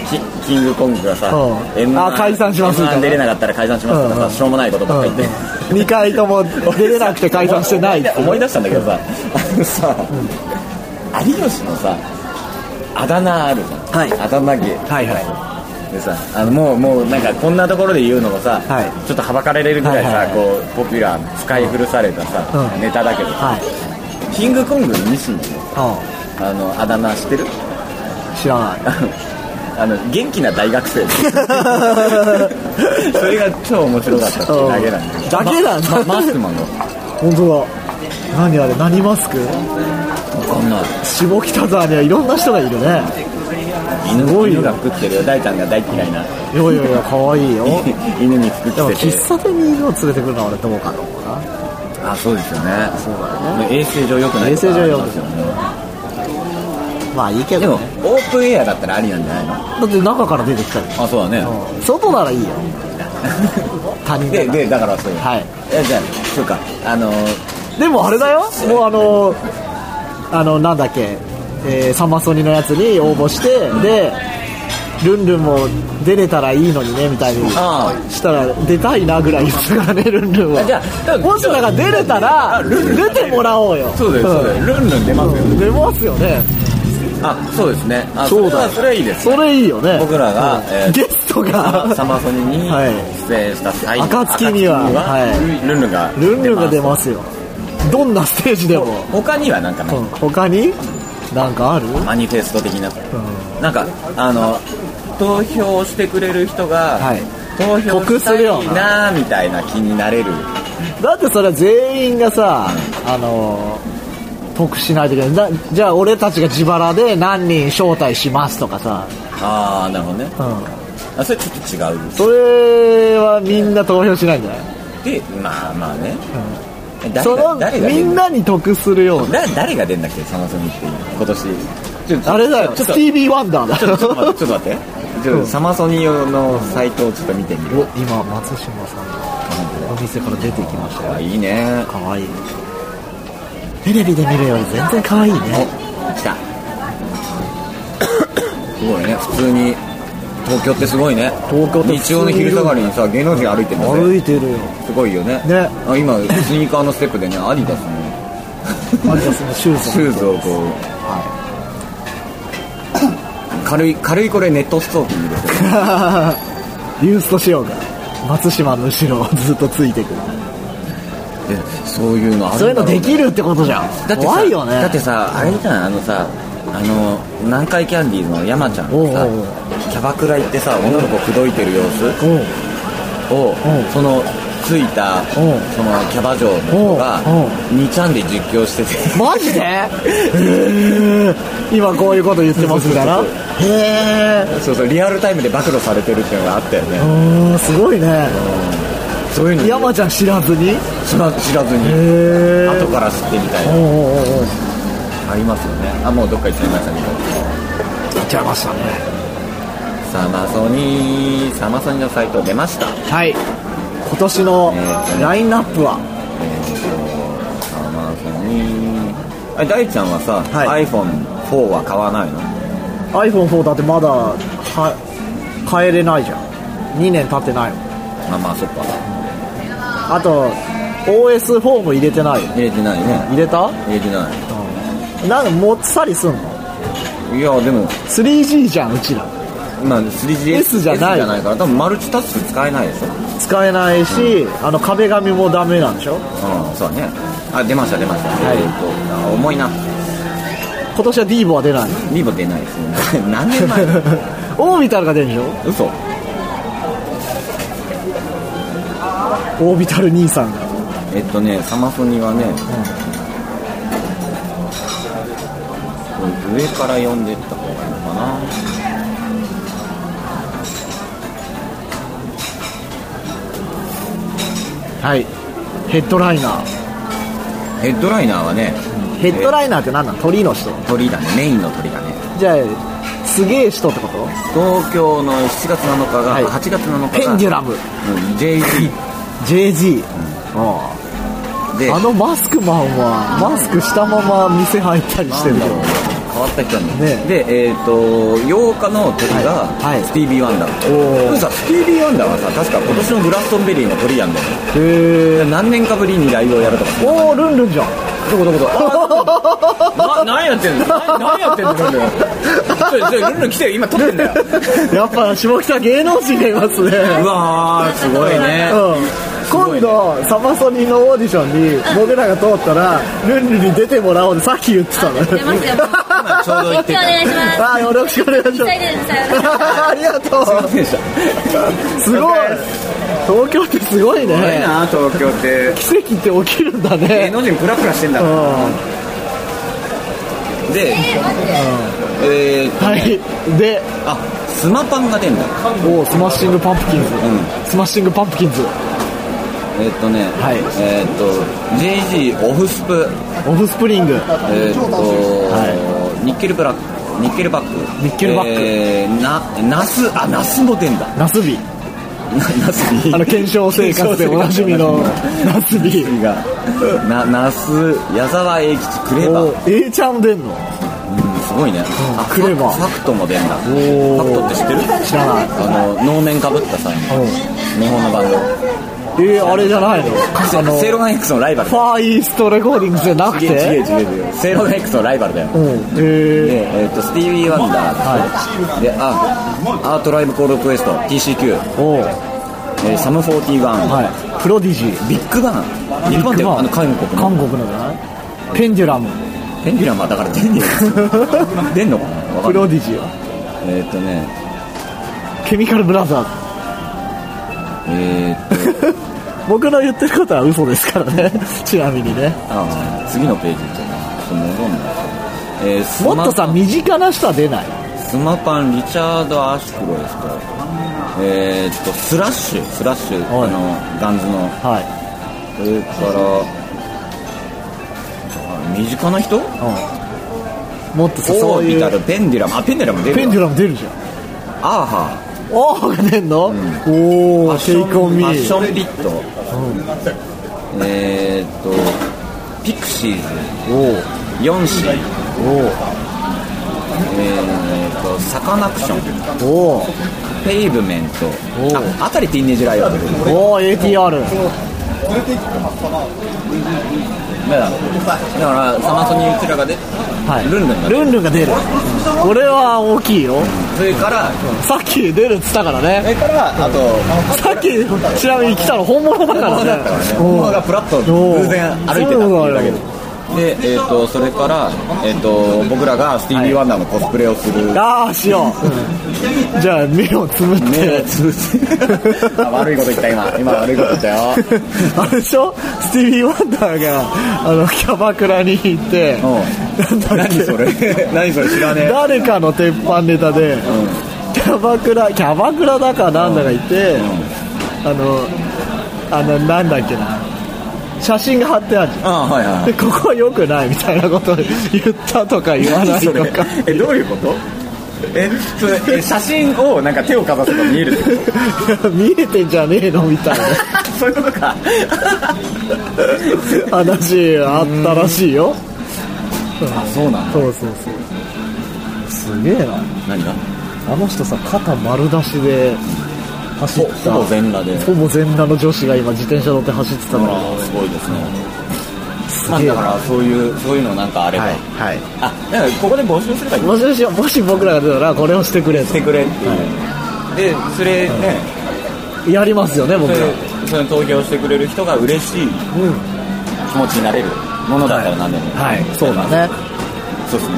B: キキングコングがさ、
A: うん
B: M1
A: あ解散しますみた
B: M1
A: いな
B: 出れなかったら解散しますとかさ、
A: うん
B: しょうもないことばっか言って、
A: 2回とも出れなくて解散してないっていう
B: 思い出したんだけどさあのさ、有吉のさあだ名あるじゃん、
A: はい
B: あだ名芸
A: はいは
B: でさあのもうもうなんかこんなところで言うのもさ、
A: はい
B: ちょっとはばかられるぐらいさ、
A: はいはい
B: こうポピュラー使い古されたさ、
A: うん
B: ネタだけど、
A: はい
B: キングコング西野のあのあだ名知ってる
A: うん知らない
B: あの元気な大学生それが超面白かったっていうだけなんだけど
A: だけなんだ
B: ままマスクマンの
A: 本当だ何あれ何マスク
B: こんな
A: 下北沢にはいろんな人がいるね
B: 犬
A: ごい
B: 犬が食ってるよ大ちゃんが大嫌いない
A: やいやいや可愛いよ
B: 犬に作っ
A: でも
B: てて
A: 喫茶店に犬を連れてくるのは俺どうかと思うな
B: あそうですよね
A: そうだよ
B: もう衛生上良くない
A: 衛生上良くない
B: とかありますよね
A: まあいいけ
B: でも
A: どね
B: オープンエアだったらありなんじゃないの
A: だって中から出てきたり
B: あそうだね、
A: 外なら いいよ他人
B: で
A: だか
B: でだからそういう
A: らはい
B: えじゃあそうかあの
A: でもあれだよもうあのあのなんだっけ、えーサマソニのやつに応募してでルンルンも出れたらいいのにねみたいに
B: あ
A: したら出たいなぐらい言ってたからねルンルンは
B: じゃあ
A: もしだから出れたら
B: ルンルン
A: 出てもらおうよ
B: そうですそうですルンルン出ますよ
A: うん出ますよね
B: あそうですねあ
A: そうだよ
B: それはそれはいいです
A: それいいよね
B: 僕らが
A: うん
B: えー
A: ゲストが
B: サマソニに
A: はい
B: 出演した際の
A: 暁には
B: 暁にはルンルンが
A: ルンルンが出
B: す
A: ますよどんなステージでも
B: 他にはなんかない
A: うん他になんかある
B: マニフェスト的な
A: う
B: なんかあの投票してくれる人が、
A: はい
B: 投票
A: 得す
B: した
A: るよう
B: いなみたいな気になれる
A: だってそれは全員がさあのー得しないといけないだじゃあ俺たちが自腹で何人招待しますとかさ、
B: ああなるほどね
A: うん、
B: あそれちょっと違う
A: それはみんな投票しないんじゃない、
B: でまあまあね、え誰
A: そ
B: が
A: の
B: 誰が
A: み
B: 出
A: ん
B: ん
A: なに得するような
B: だ誰が出んだっけサマソニって今年ちょちょ
A: あれだよ
B: ちょ
A: ス
B: っ
A: テ
B: と
A: ィービー・ワンダーだ
B: ちょっと待っ
A: よ
B: てちょっと待ってちょっとサマソニのサイトをちょっと見てみる
A: お今松島さんがお店から出てきました
B: あ
A: よ
B: いいね
A: かわいいテレビで見るより全然かわいい
B: お
A: ね
B: 来たすごいね普通に東京ってすごいね
A: 東京って普通に
B: 日曜
A: いる
B: の昼下がりにさ芸能人歩いてるの
A: 歩
B: ね
A: いてるよ
B: すごいよね
A: ね
B: あ今スニーカーのステップでねアディダスの
A: マリアスのシューズ
B: シューズをこう、軽い軽いこれネットストーキングですよ
A: ユーストしようが松島の後ろをずっとついてくる
B: でそういうのあるんだろね
A: そういうのできるってことじゃん
B: だってさ
A: 怖いよね
B: だってさあれじゃんあのさあの南海キャンディーズの山ちゃんがさ
A: おうおうおう
B: キャバクラ行ってさ女の子口説いてる様子
A: おう
B: を
A: うん
B: そのついたそ
A: うん
B: のキャバ嬢の人が
A: うんうん
B: 2ちゃんで実況してて
A: マジでへー今こういうこと言ってますみたいな
B: そうそ
A: へえ
B: そうそうリアルタイムで暴露されてるっていうのがあったよね
A: うんすごいね
B: そういうの
A: 山ちゃん知らずにへ
B: 知ら知らずに
A: え
B: 後から知ってみたい
A: おう
B: な
A: おうおうおう
B: ありますよねあもうどっか行っちゃいましたけど
A: 行っちゃいましたね
B: サマソニーサマソニーのサイト出ました
A: はい今年のラインナップは
B: えーとサマソニーあ大ちゃんはさ、
A: はい
B: iPhone4 は買わないの
A: iPhone4 だってまだは変えれないじゃん2年経ってないもん
B: まあまあそっか
A: あと OS4 も入れてないよ
B: 入れてないね
A: 入れた
B: 入れてない
A: なんかもっさりすんの
B: いやでも
A: 3G じゃんうちら
B: まあ 3GS
A: S じゃない
B: S から多分マルチタスク使えないでしょうん
A: 使えないし、あの壁紙もダメなんでしょ
B: そうだねあ出ました出ました、
A: はい
B: えーとあ重いな
A: 今年は DVO は出ない
B: リボ出ないですね 何年前
A: オービタルが出るんでしょ
B: 嘘
A: オービタル兄さんが
B: えっとねサマソニはね、上から読んでった方がいいのかな
A: はいヘッドライナー
B: ヘッドライナーはね
A: ヘッドライナーって何なの鳥の人
B: 鳥だねメインの鳥だね
A: じゃあすげえ人ってこと
B: 東京の7月7日が、
A: はい
B: 8月7日
A: ペ
B: が
A: ンデュラム
B: うん JG
A: JG、うん
B: で
A: あのマスクマンはマスクしたまま店入ったりしてるよ
B: なんだろう変わった人なんだ、
A: ね
B: でえっ、と8日の鳥が
A: はいはい
B: スティービー・ワンダー、
A: おー
B: でもさスティービー・ワンダーはさ確か今年のグラストンベリーの鳥やんだよ
A: へえ
B: 何年かぶりにライブをやるとか
A: おおルンルンじゃん
B: どこどこどこな何やってんのな何やって んのルンルンちょちょルンルン来てよ今撮ってんだよ
A: やっぱ下北芸能人がいますね
B: うわーすごいね、
A: うん、今度サマソニのオーディションに僕らが通ったらルンルンに出てもらおうってさっき言ってたの
C: 出ます よ。
B: ちょうど言って
C: 今日お
B: た
C: 願いします。
A: はいよろしくお願いし
C: 急
A: ま
C: い
A: す
C: でるんですよ。
A: ありがとう
B: すいませんでした
A: すごい東京ってすごい
B: すごい
A: ね
B: な東京って
A: 奇跡って起きるんだ
B: 芸
A: ね
B: 能人プラプラしてんだ
A: うん
B: な
A: は
B: でえーっと
A: いで
B: あスマパンが出んだ
A: おおスマッシングパンプキンズ、
B: ん
A: スマッシングパンプキンズ
B: えっとね、
A: はい
B: えっと JG オフスプ、
A: オフスプリング
B: えっと、
A: は
B: ニッケルブラックニッケルバック
A: ニッケルバック
B: えー、なナスあナスも出んだ
A: ナスビ
B: なナスに
A: あの検証生活でおなじみのナスビ
B: がなナス矢沢永吉クレバ
A: お A ちゃん出んの
B: すごいね、
A: ん
B: あ
A: クレバー
B: ファファクトも出んだフ
A: ー
B: ァクトって知ってる
A: 知らない
B: あの能面かぶったさ日本のバンド
A: えー、あれじゃないのあの
B: セイロガン X のライバル
A: ファーイーストレコーディングスじゃなくて
B: セイロガン X のライバルだよ
A: うんえ
B: で、えー、とスティービー・ワンダー、であアートライブ・コールド・クエスト TCQ、
A: ー、おう
B: えーサム41、
A: はいプロディジー
B: ビッグバンビッグバンって
A: ビッグバン
B: あの韓国
A: 韓
B: の
A: 国のじゃないペンデュラム
B: ペンデュラムはだから出んねん出んのかなわか
A: プ
B: んない
A: ロディジーは
B: えっ、とね
A: ケミカルブラザーズ
B: えー、と
A: 僕の言ってることは嘘ですからね ちなみにね
B: あー次のページじゃないちょっと戻んないえー、スマ
A: もっとさ身近な人は出ない
B: スマパンリチャード・アシュクロですかえっ、とスラッシュスラッシュ
A: はい
B: あのガンズの
A: はい、
B: それから身近な人
A: うん、もっとさ
B: オ
A: そう
B: ービ
A: い
B: タ
A: う
B: ルペンデュラムあペンデュラム出る
A: ペンデュラム出るじゃん
B: アーハ
A: おーが出んの、
B: ー
A: おおシェイクオンミ
B: ファッシ
A: ー
B: ョンピット、えー、っとピクシーズ
A: おー
B: ヨンシー
A: お
B: えー、っとサカナクション
A: ーおー
B: ペイブメント
A: おう
B: ああたりティーンネージライオンだ
A: おー ATR
B: からだからサマソニーうちらが出て
A: はい
B: ルンルンが
A: ルンルンが出る、これは大きいよ
B: それから
A: さっき出るっつったから
B: そ
A: ね
B: れからあと
A: さっきちなみに来たの本物だか
B: 本物だったかららね
A: ね
B: 本物がプラッと偶然歩いてたっていうだけで
A: そ
B: で、えー、とそれから、えー、と僕らがスティービー・ワンダーのコスプレをする、
A: ああしよう、じゃあ目をつむって、
B: 目をつぶしあ悪いこと言った今今悪いこと言ったよ
A: あれでしょスティービー・ワンダーがあのキャバクラに行って、
B: うん
A: なんだっ
B: 何
A: け
B: それ 何それ知らねえ
A: 誰かの鉄板ネタで、キャバクラキャバクラだかなんだかいて、あのあのなんだっけな写真が貼ってあるじゃん
B: あはいは
A: でここは良くないみたいなことを言ったとか言わない
B: 何
A: と
B: そ
A: か
B: れえどういうことえそれえ写真をなんか手をかざすと見えるってこ
A: 見えてんじゃねえのみたい
B: と そういうことか
A: な話あったらしいよ
B: あそうなんだ
A: そうそうそうすげえな
B: 何が
A: あの人さ肩丸出しで走っ
B: ほ
A: た
B: ほぼ全裸で
A: ほぼ全裸の女子が今自転車乗って走ってたんだ
B: あすごいですね
A: け
B: ま
A: ど
B: あ
A: すげえ
B: だ
A: な
B: からそういうそういうのなんかあれば、
A: はいはい
B: あだからここで募集すればいい
A: もしもしもし僕らが出たらこれをしてくれ
B: してくれっていう、でそれね、
A: とやりますよね
B: そ
A: 僕ら
B: れそれに投票してくれる人が嬉しい
A: うん
B: 気持ちになれるものだったら何でも、
A: はいそうだね
B: そうですね、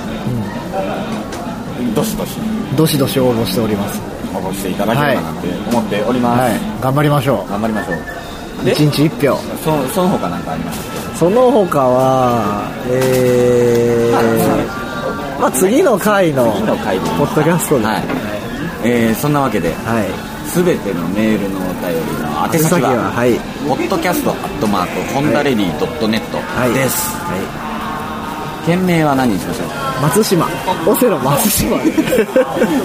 B: どしどし
A: どしどし応募しております
B: 応募していただければなって思っております、
A: はい頑張りましょ
B: 頑張りましょう
A: う
B: で
A: 一日1票
B: そのその他なんかあります
A: その他は、えー、まあ次の回の
B: 次の回で
A: ポッドキャストで、
B: はいえー、そんなわけで
A: はい、
B: 全てのメールのお便りの宛先
A: 宛先は
B: は
A: はい
B: ポッドキャストアットマークホンダレディドットネット
A: はい、
B: です、
A: は
B: 件名は何にしましょう
A: い、松島オセロ松 島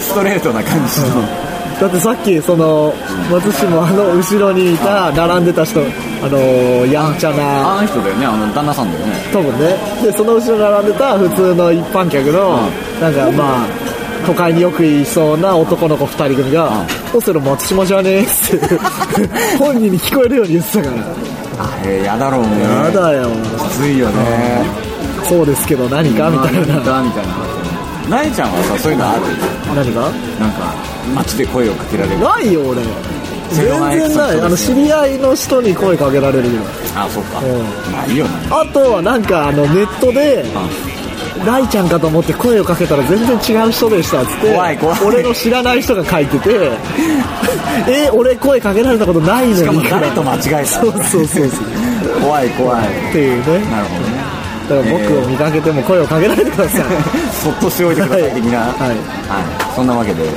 B: ストレートな感じの
A: だってさっきその松島の後ろにいた並んでた人あのー、やんちゃな
B: あの人だよねあの旦那さんだよね
A: 多分ねでその後ろに並んでた普通の一般客の、なんかまあ都会によくいそうな男の子二人組が「オセロ松島じゃねえ」っつって 本人に聞こえるように言ってたから
B: あれやだろうね
A: やだよ
B: きついよね
A: そうですけど何かみたいな
B: みたいななえちゃんはさそういうのある
A: 何か
B: なんか街で声をかけられる
A: ないよ俺
B: セ
A: 全
B: ロハイ
A: 然な
B: そうで
A: い
B: すね
A: あの知り合いの人に声かけられるよ
B: あそっか
A: うん
B: まあいいよね
A: あとはなんかあのネットでライちゃんかと思って声をかけたら全然違う人でしたっつって
B: 怖い怖い
A: 俺の知らない人が書いてて え俺声かけられたことないのに
B: しかも誰と間違えた
A: そうそうそうそう
B: 怖い怖い
A: っていうね
B: なるほどね
A: だから僕を見かけても声をかけないでください
B: そっとしておいてください的な
A: はい
B: はいそんなわけでえーっ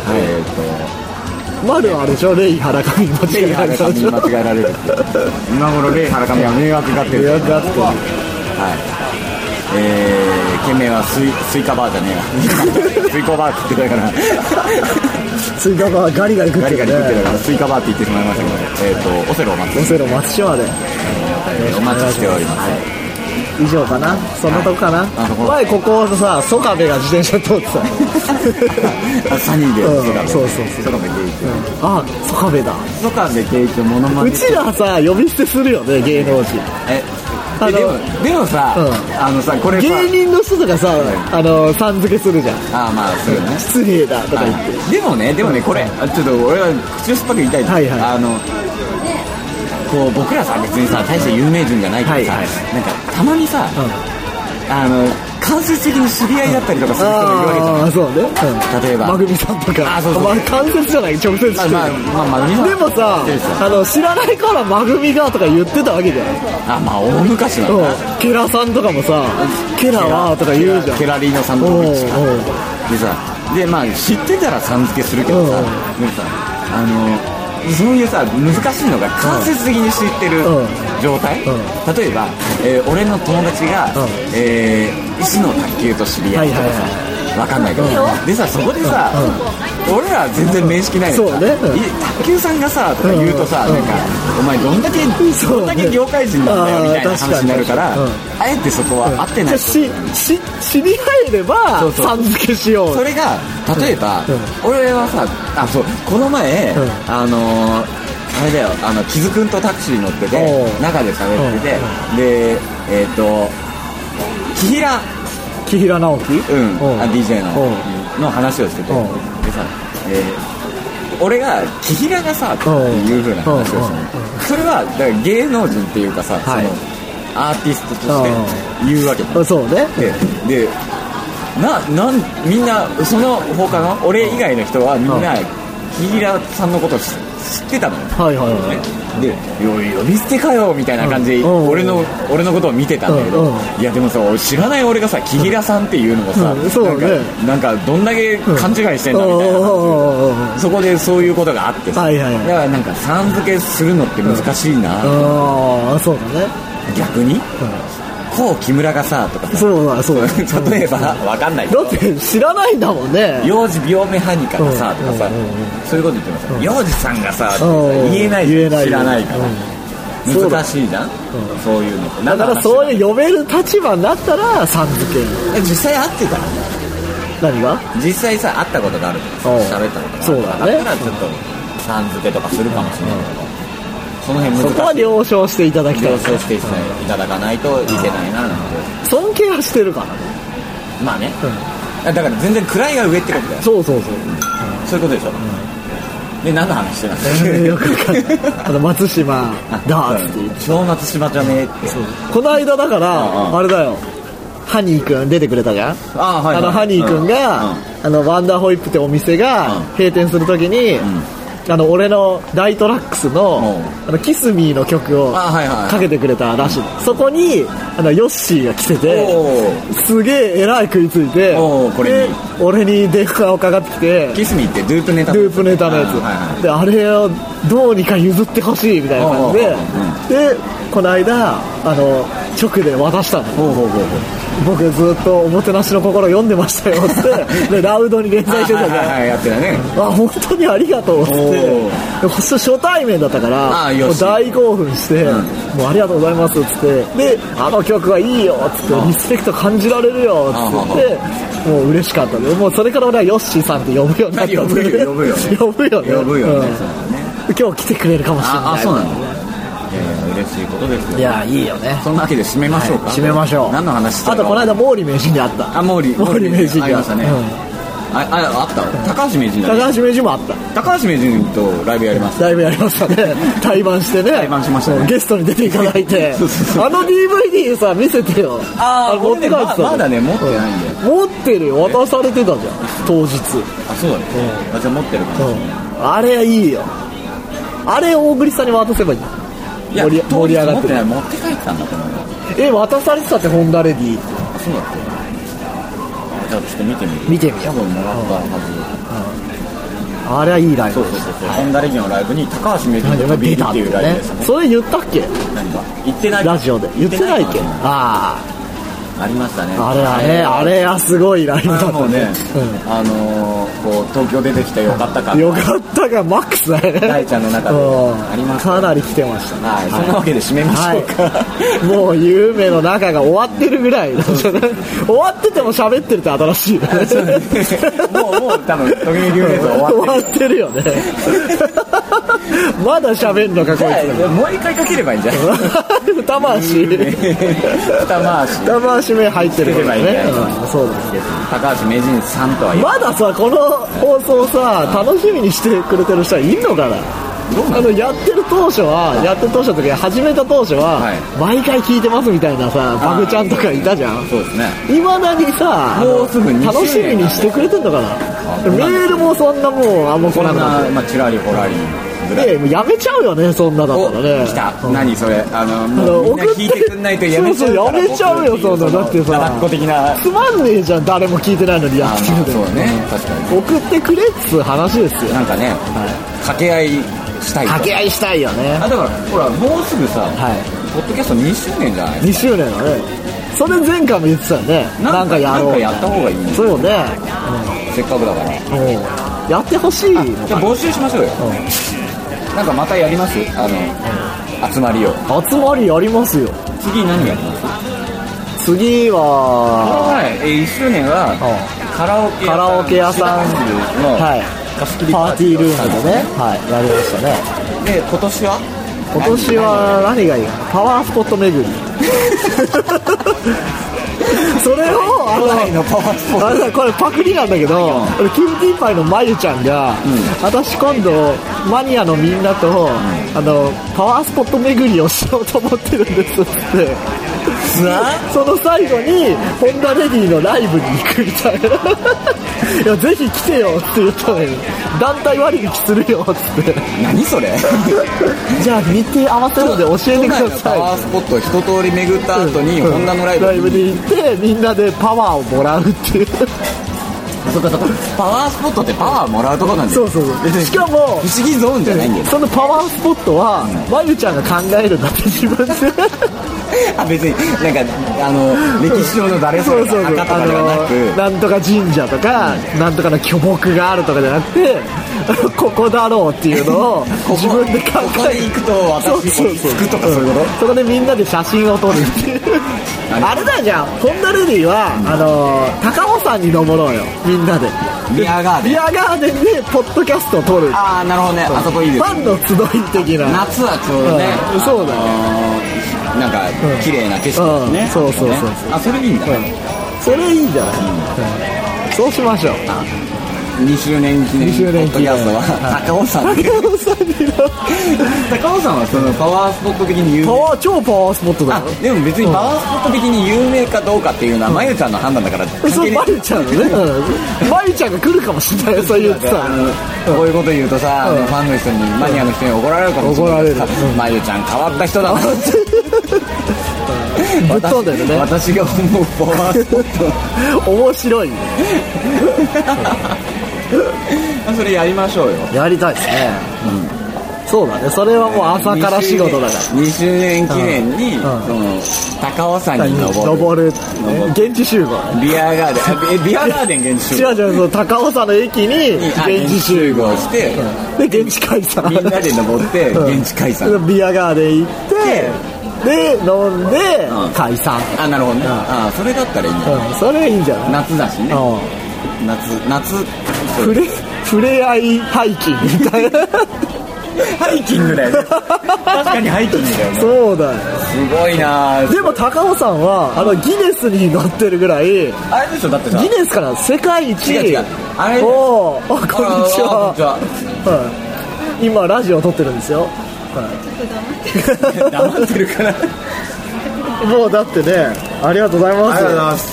B: と
A: 丸はあれでしょレイ原上間
B: レ
A: 違
B: イ
A: えら
B: 原
A: れた
B: 上
A: で
B: に
A: しょ
B: 間違えられる今頃レイ原上は迷惑がってる
A: 予
B: はい
A: 約があって
B: えー、件名はスイスイカバーじゃねえわ スイカバーって言ってたから
A: スイカバーガリガリ食っ
B: ガ
A: て
B: リガ
A: る
B: リ食ってた
A: ね
B: からスイカバーって言ってしまいましたけどえっ、ー、とオセロを待
A: オ
B: つ
A: セロ松島で
B: お待ちしております
A: 以上かなそんなとこかな、
B: なるほど
A: 前ここさソカベが自転車通ってたよ
B: あ3人で
A: うん
B: 空部
A: そうそうそう
B: 空部圭一
A: あソカベだ
B: ソカベ圭一モノマ
A: う
B: ネ
A: ちらさ呼び捨てするよね芸能 人
B: え
A: あの
B: えでもでもさ、
A: うん
B: あのさこれさ
A: 芸人の人とかさあのさん付けするじゃん
B: ああまあそうよね
A: 失礼だとか言って
B: はいでもねでもねこれあちょっと俺は口を酸っぱく言いたい、
A: はいはい
B: あのこう僕らさ別にさ大して有名人じゃないけどさ、
A: はいは
B: なんかたまにさ、あの間接的に知り合いだったりとかする人もいるわけじゃん
A: ああそうね、うん、
B: 例えば
A: まぐみさんとか
B: あそうそう
A: まあ間接じゃない直接してる
B: まあまあまあまあみんな
A: でもさ
B: そうですよ
A: あの知らないからまぐみがとか言ってたわけじゃな
B: あ
A: い
B: まあ大昔なんだ
A: うんケラさんとかもさケラはとか言うじゃん
B: ケラリーノさんの
A: おうおう
B: 時しかでさでまあ知ってたらさん付けするけどさで
A: おう
B: もさあのそういうさ難しいのが間接的に知ってる
A: うん
B: 状態、
A: う
B: 例えば、えー俺の友達が、
A: うん
B: えー石の卓球と知り合いとかさ、
A: はいはい
B: わかんないけど、でさそこでさ、俺らは全然面識ないのにさ、
A: そうねうん
B: い卓球さんがさとか言うとさ、
A: うん
B: なんかお前どんだけ、
A: そうね
B: どんだけ業界人なんだよみたいな話になるから
A: あー
B: あ
A: 確かに
B: えてそこは合って
A: じ
B: な
A: ゃ
B: い
A: あしし知り合えれば
B: そうそう
A: さん付けしよう
B: それが例えば、俺はさあそうこの前、
A: うん
B: あのーあれだよあの木津君とタクシーに乗って
A: お
B: て
A: う
B: 中で喋ってて、でえっ、と紀平
A: 木平直樹
B: うん
A: おう
B: あ DJ の
A: おう
B: の話をしてて
A: おう
B: でさ、えー俺が「紀平がさ」って
A: おう
B: いう風な話をしたの
A: おう
B: それはだから芸能人っていうかさ、
A: はい
B: そのアーティストとして言うわけだ
A: うんそうね
B: ででななんみんなその他の俺以外の人はみんな紀平さんのことを知知ってたのよ
A: はいはいはい
B: でよ呼び捨てかよみたいな感じで、
A: うんうん
B: 俺の俺のことを見てたんだけど、
A: うんうん
B: いやでもさ俺知らない俺がさ紀平さんっていうのもさ、
A: うんそうね
B: なんかなんかどんだけ勘違いしてんだみたいな感
A: おうおうおうおう
B: じ、そこでそういうことがあってさ、
A: はいはいはい
B: だからなんかさん付けするのって難しいな、
A: ああそうだね
B: 逆にこう木村がさとかさ
A: そう だそうだ
B: 例えばわかんないけ
A: だ
B: ど
A: って知らないんだもんね
B: 幼児病名ハニカがさとかさ、
A: うんうんうん
B: そういうこと言ってます、幼児さんがさとかさ
A: うん
B: 言えない
A: 言えない
B: 知らないから、
A: うん
B: 難しいじゃんそういうのって
A: だからそういう読める立場になったらさん付け
B: 実際会ってたら
A: 何が
B: 実際さ会ったことがあると
A: おう
B: かさ喋ったことがある
A: そうだね
B: だからちょっとさん付けとかするかもしれないけど、その辺
A: そこは
B: 難しい
A: 了承していただきた
B: 了
A: い
B: 承していただかないといけないななんて、
A: 尊敬はしてるからね
B: まあね、だから全然位が上ってことだよ
A: そうそうそう
B: そういうことでしょ、で何の話してたんだっけ
A: えー よくわかんないあの 松島だーっつって言って
B: 超松島じゃねえって
A: この間だから
B: うんうん
A: あれだよハニーくん出てくれたじゃん
B: あはいはい
A: あのハニーくんが、
B: うん
A: あのワンダーホイップってお店が
B: うん
A: 閉店するときに、あの俺のダイトラックスの「
B: う
A: あのキスミーの曲を
B: あはいはいはい
A: かけてくれたらしいのそこにあのヨッシーが来てて
B: お
A: すげえ偉い食いついて
B: おーこれ
A: で
B: に
A: 俺に電話をかかってきて
B: キスミーってループネタ
A: ループネタのや
B: あはいは
A: つであれをどうにか譲ってほしいみたいな感じ
B: おうおう
A: ででこの間あの直で渡したの
B: いほうほうほうほう
A: 僕ずっとおもてなしの心読んでましたよ ってでラウドに連
B: は
A: 載
B: い
A: してたじ
B: はい
A: ゃん
B: はいやってたね
A: あ本当にありがとうっつって
B: おー
A: で初初対面だったから
B: あーよ
A: もう
B: し
A: 大興奮して、
B: うん
A: もうありがとうございますっつってであの曲はいいよっつってリスペクト感じられるよっつってもう嬉しかったでもうそれから俺はヨッシーさんって呼ぶようになったんだけど
B: 呼ぶよ
A: 呼ぶよね
B: 呼ぶよね
A: うん
B: そうだね
A: 今日来てくれるかもしれない
B: ああそうなんだいやいや嬉しいことですよ
A: いやいいよね
B: そんなわけで締めましょうか
A: はい締めましょう
B: 何の話してた
A: あとこの間毛利名人に会った
B: あ毛利
A: 毛利名人に
B: ありましたね
A: うん
B: あああった高橋名人だね
A: 高橋名人もあった
B: 高橋名人とライブやります
A: だいぶやりました ね対バンしてね
B: 対バンしましたね
A: ゲストに出ていただいて
B: そうそうそう
A: あの DVD さ見せてよ
B: あー
A: れ持って帰ってたじ
B: 俺ね
A: ゃん
B: ままだね持ってないんだよ
A: うん持ってるよ渡されてたじゃん当日、
B: あそうだねあじゃあ持ってるか
A: う
B: も
A: ん、あれいいよあれ大栗さんに渡せばいいじゃん
B: いや
A: 盛り盛り上が
B: 持っ
A: っ
B: て
A: て
B: ない
A: る
B: 持って帰ってたんだと思うよ
A: え渡されてたってホンダレディ
B: あそうだっけじゃあちょっと見てみる
A: 見てみよう
B: 多分もらったは
A: あれはいいライ
B: ず
A: ブ
B: そうそうそうそうホンダレギのライブに高橋名人
A: なん
B: と
A: で
B: 飛び入
A: 出
B: り
A: た
B: っ
A: ってて
B: い
A: いうう
B: ライブ
A: ね
B: ですね
A: それ言ったっけ
B: 何か言ってない
A: ラジオで言ってないっけああ
D: ありましたね
A: あれあれあれはすごいライブだ
B: あ
A: った
B: もうね
A: ね、う
B: あのーこう東京出てきてよかったか
A: んよかったがマックスだよね
D: 大ちゃんの中で
A: うん
D: あります
A: かなり来てましたね
D: はい
B: そんなわけで締めましょうか、
A: はい、もう夢の中が終わってるぐらいなんじゃない終わってても喋ってるって新しいね
B: もうもう多分時々言うやつは終
A: 終
B: わ
A: わ
B: って
A: ってるよねまだ喋んのかこい
B: るもう一回かければいいんじゃない
A: つ 二回し
B: 二回し
A: 二回し目入ってるか
B: つけ
A: ら
B: ればい
A: ね
B: いんだよ
A: うんそうだ
D: 高橋名人さんとは言
A: まださこの放送さ楽しみにしてくれてる人はいんのかなあのやってる当初はやってる当初の時始めた当初は、
D: はい
A: 毎回聞いてますみたいなさバグちゃんとかいたじゃん
D: そうですね
A: いまだにさ
D: もうすぐ
A: あの
D: 20
A: 楽しみにしてくれてんのかなメールもそんなもうあんま来
B: こん
A: な
B: な、
A: くなっ
B: まあ、ちらりほらりぐらい
A: てでもうやめちゃうよねそんなだ
B: お
A: ったらね
B: 来た
A: うん
B: 何それあの
A: あの
B: もうみんな聞いてくんないとやめちゃうから
A: そうそうやめちゃうよ
B: 僕ってい
A: そんなだってさ
B: だだっこ的な
A: つまんねえじゃん誰も聞いてないのにや
B: あ
A: って
B: まあ
A: るで
B: そうね確か
A: 送ってくれっつう話です
B: に
A: よ
B: なんかね、掛け合いしたい
A: 掛け合いしたいよね
B: あだからほらもうすぐさ、
A: はい
B: ポッドキャスト2周年じゃない
A: 2周年だねそれ前回も言ってたよねなんかやろ
B: な
A: う
B: んかやった方がいい
A: そうね
B: せっかくだからじ
A: うんもうやってほしいのか
B: ゃあ募集しましょうよ、なんかまたやりますあの集まりを
A: 集まりやりますよ
B: 次何やります
A: 次は
B: はい、えー1周年はカラオケ
A: カラオケ屋さん
B: の、
A: はい
B: 貸し切り
A: パーティールームでね
B: をし
A: はいやりましたね
B: たんですで今年は
A: 今年は何がいいかなパワースポット巡 りそれをあ
B: 都内
A: の
B: のパワースポット
A: あれだこれパクリなんだけど、俺キューティーパイのまゆちゃんが、私今度マニアのみんなと、あのパワースポット巡りをしようと思ってるんですってその最後にホンダレディのライブに行くみた いないやぜひ来てよって言ったのよ団体割引するよっつって
B: 何それ
A: じゃあ日程合わせるので教えてくだ
B: 都内のパワ
A: さ
B: ー
A: い
B: スポットを一通り巡った後に、
A: うん
B: 女のライブ
A: ライブに行ってみんなでパワーをもらうっていう
B: そっかそっかパワースポットってパワーもらうとこなんで
A: そうそうそうしかも
B: 不思議ゾーンじゃないんだよ
A: そのパワースポットはまゆちゃんが考えるんだって自分で
B: あ別になんかあの歴史上の誰そ
A: そう
B: れ
A: そうそう
B: とか赤とかではな
A: あの
B: く
A: なんとか神社とか、なんとかの巨木があるとかじゃなくて あのここだろうっていうのを
B: ここ
A: 自分で考
B: ここ
A: え
B: で行くと私落ち着くとかそういうこと
A: そこでみんなで写真を撮るっていう あれだじゃんホンダレディはあのー高尾山に登ろうよみんなで
B: ビアガーデン
A: ビアガーデンでポッドキャストを撮る
B: ああなるほどねあそこいいで
A: フ
B: す
A: ァンの集い的な
B: 夏はちょうどね、
A: うんそうだね
B: あのーなんか
A: ん
B: 綺麗な景色ですね、
A: うんそうそうそうそう
B: ねあそれいいんだ、
A: うんそれいいんじゃない、うんそうしましょう
B: 2周年記念
A: 2周年記念
B: ポッドキャストは高尾山で
A: 高尾山にの
B: 高尾山はそのパワースポット的に有
A: パ
B: 名
A: ワー超パワースポットだ
B: あ
A: よ
B: でも別にパワースポット的に有名かどうかっていうのはまゆちゃんの判断だから関
A: そ
B: 係
A: う
B: ね
A: まゆちゃんのねうんまゆちゃんが来るかもしれないよそう言って
B: あの
A: さ
B: こういうこと言うとさ、あのファンの人にマニアの人に怒られるかもしれない
A: 怒られる
B: まゆちゃん変わった人だな
A: ぶっ飛んだよね
B: 私が思うパワースポット
A: 面白い
B: あ それやりましょうよ
A: やりたいですね、そうだねそれはもう朝から仕事だか
B: 2周年記念に、その高尾山
A: ら
B: に登る
A: 登る
B: 登る
A: 現地集合ね
B: ビアガーデンあえビアガーデン現地
A: 違
B: 集合
A: う違うその高尾山の駅に
B: あ
A: 現地集合
B: して、
A: で現地解散
B: みんなで登って
A: うん
B: 現地解散、
A: ビアガーデン行ってで飲んで
B: うん
A: 解散
B: あなるほどね、あそれだったらいいんだ、
A: うんそれいいんじゃない
B: 夏だしね、
A: う
B: 夏夏
A: ん触れ触れ合いハイキングみた いな
B: ハイキングだよね確かにハイキングだよね
A: そうだよ
B: すごいなあ
A: でも高尾山はあのギネスに載ってるぐらい
B: あれでしょだってさ
A: ギネスから世界一
B: 違う違うあれ
A: おーあこんにち
B: あ
A: は
B: あこんに
A: はい、今ラジオ撮ってるんですよ、は
B: ちは黙ってるから
A: い、もうだってねありがとうございます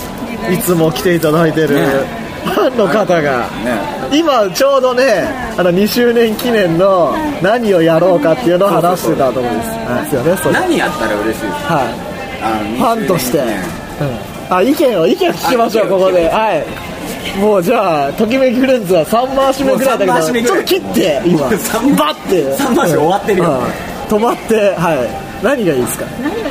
B: す
A: いつも来ていただいてる
B: ね
A: ファンの方が
B: ね
A: 今ちょうどねあの2周年記念の何をやろうかっていうのを話してたと思うんですはいですよねそれ
B: 何やったら嬉しいですか
A: はい
B: あの
A: ファンとして、
B: 20年
A: うん、あ意見を意見を聞きましょう
B: あ
A: ここではいもうじゃあときめきフレンズは3回し目ぐらいだ
B: もう三回
A: け
B: し
A: ど
B: 目
A: ち
B: ぐら
A: ょっ と
B: い
A: 切って今
B: もう三
A: バッて
B: 三回し終わってるよ
A: うん止まってはい何がいいですか
E: 何がやっ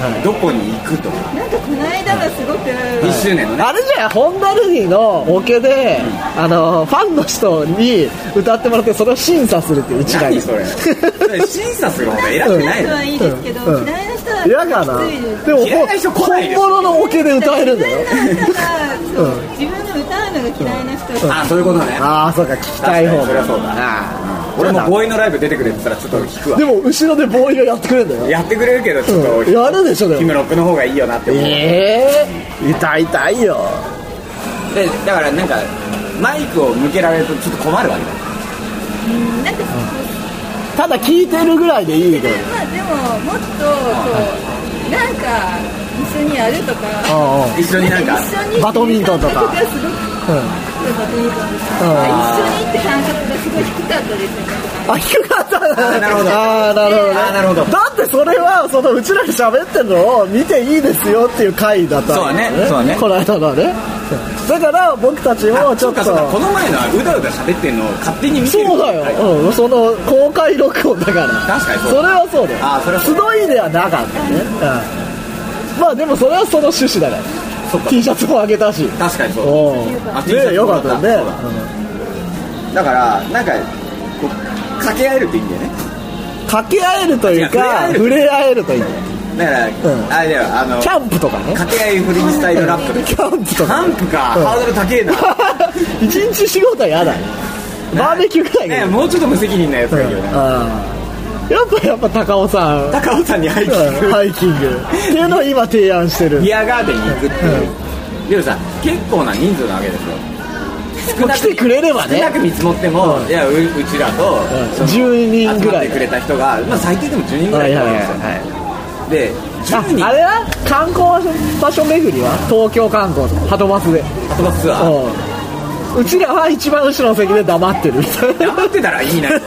E: たらいいか
B: どこに行くとか
E: なんかこの間がすごく、
B: 1周年のね
A: あれじゃんホンダルニーのオケで、あのファンの人に歌ってもらってそれを審査するっていう一台
B: 何それ審査する方が偉くない
E: 人
B: の
E: はいいですけど、
A: うん
E: 嫌いな人は
A: 嫌かな
E: きついです
A: でも
B: 嫌いな人来ない
A: 本
B: ですよ
A: 物のオケで歌えるんだ よ
E: なんかそう自分の歌うのが嫌いな人は、
B: あそういうことね
A: ああそうか聞きたい方
B: 確かにそりゃそうだ
A: あー
B: 俺も
A: じゃ
B: ボーイのライブ出てくれって言ったらちょっと引く
A: あ
B: わ
A: でも後ろでボーイがやってくれるんだよ
B: やってくれるけどちょっ
A: うんやるでしょで
B: と
A: も
B: ヒムロックの方がいいよなって思う
A: ええ歌いたいよ
B: でだからなんかマイクを向けられるとちょっと困るわけだ
E: うんなんか
A: ただ聞いてるぐらいでいいけど
E: まあでももっとこうなんか一緒にやるとか
A: うんうん
B: 一緒になんか
E: 一緒に
A: バドミントンとか
E: 感覚がすごくバドミントンとか一緒にって感覚がすごい低かったですよね
A: あ、低かったな。
B: なるほど
A: あーなるほどね。
B: あーなるほど
A: だってそれは、そのうちらに喋ってるのを見ていいですよっていう回だったんだよ
B: そうだねそうだね
A: この間のはね。だから僕たちもち
B: そ
A: ょっと。
B: うかそうかこの前のはうだうだ喋ってんのを勝手に見てる
A: そうだよ。うん。その公開録音だから。
B: 確かにそう
A: れはそうだよ。
B: あーそれはそう
A: 集
B: だ
A: いではなかったね。うん。まあでもそれはその趣旨だから。
B: そうか
A: T シャツもあげたし。
B: 確かにそう
A: おう
B: あ T シャツ
A: ねよかった
B: そ
A: ね。
B: うだだからなんかこう掛け合えるっていいんだよね
A: うん掛け合えるというか、
B: いや
A: 触
B: 触
A: れ合えるというか。
B: だから、
A: ん
B: あれだよあの
A: キャンプとかね。
B: 掛け合いフリースタイルラップ
A: キャンプと
B: キ
A: か
B: ャンプか、
A: うん
B: ハードル高えな
A: 一日仕事は嫌だねバーベキューぐらいがいい
B: ねもうちょっと無責任なやつがいいよね、
A: うんやっぱやっぱ高尾さん
B: 高尾山にハイキング
A: うんハイキングっていうのを今提案してる
B: ビアガーデンに行くっていう、でもさ結構な人数なわけですよ少な
A: 来てくれればね
B: 少なく見積もっても、
A: うん
B: いやううちらと、その
A: 10人ぐら
B: 集まっ
A: い
B: てくれた人が、まあ、最低でも10人ぐら
A: はいい
B: いる
A: はい
B: わ
A: は
B: け
A: い
B: ですよ、で
A: は
B: 10
A: い
B: 人
A: ああれは観光場所巡りは東京観光とかハトバスで
B: 飛ばすツアー
A: うんうちらは一番後ろの席で黙ってるみたいな
B: 黙ってたら意味 ない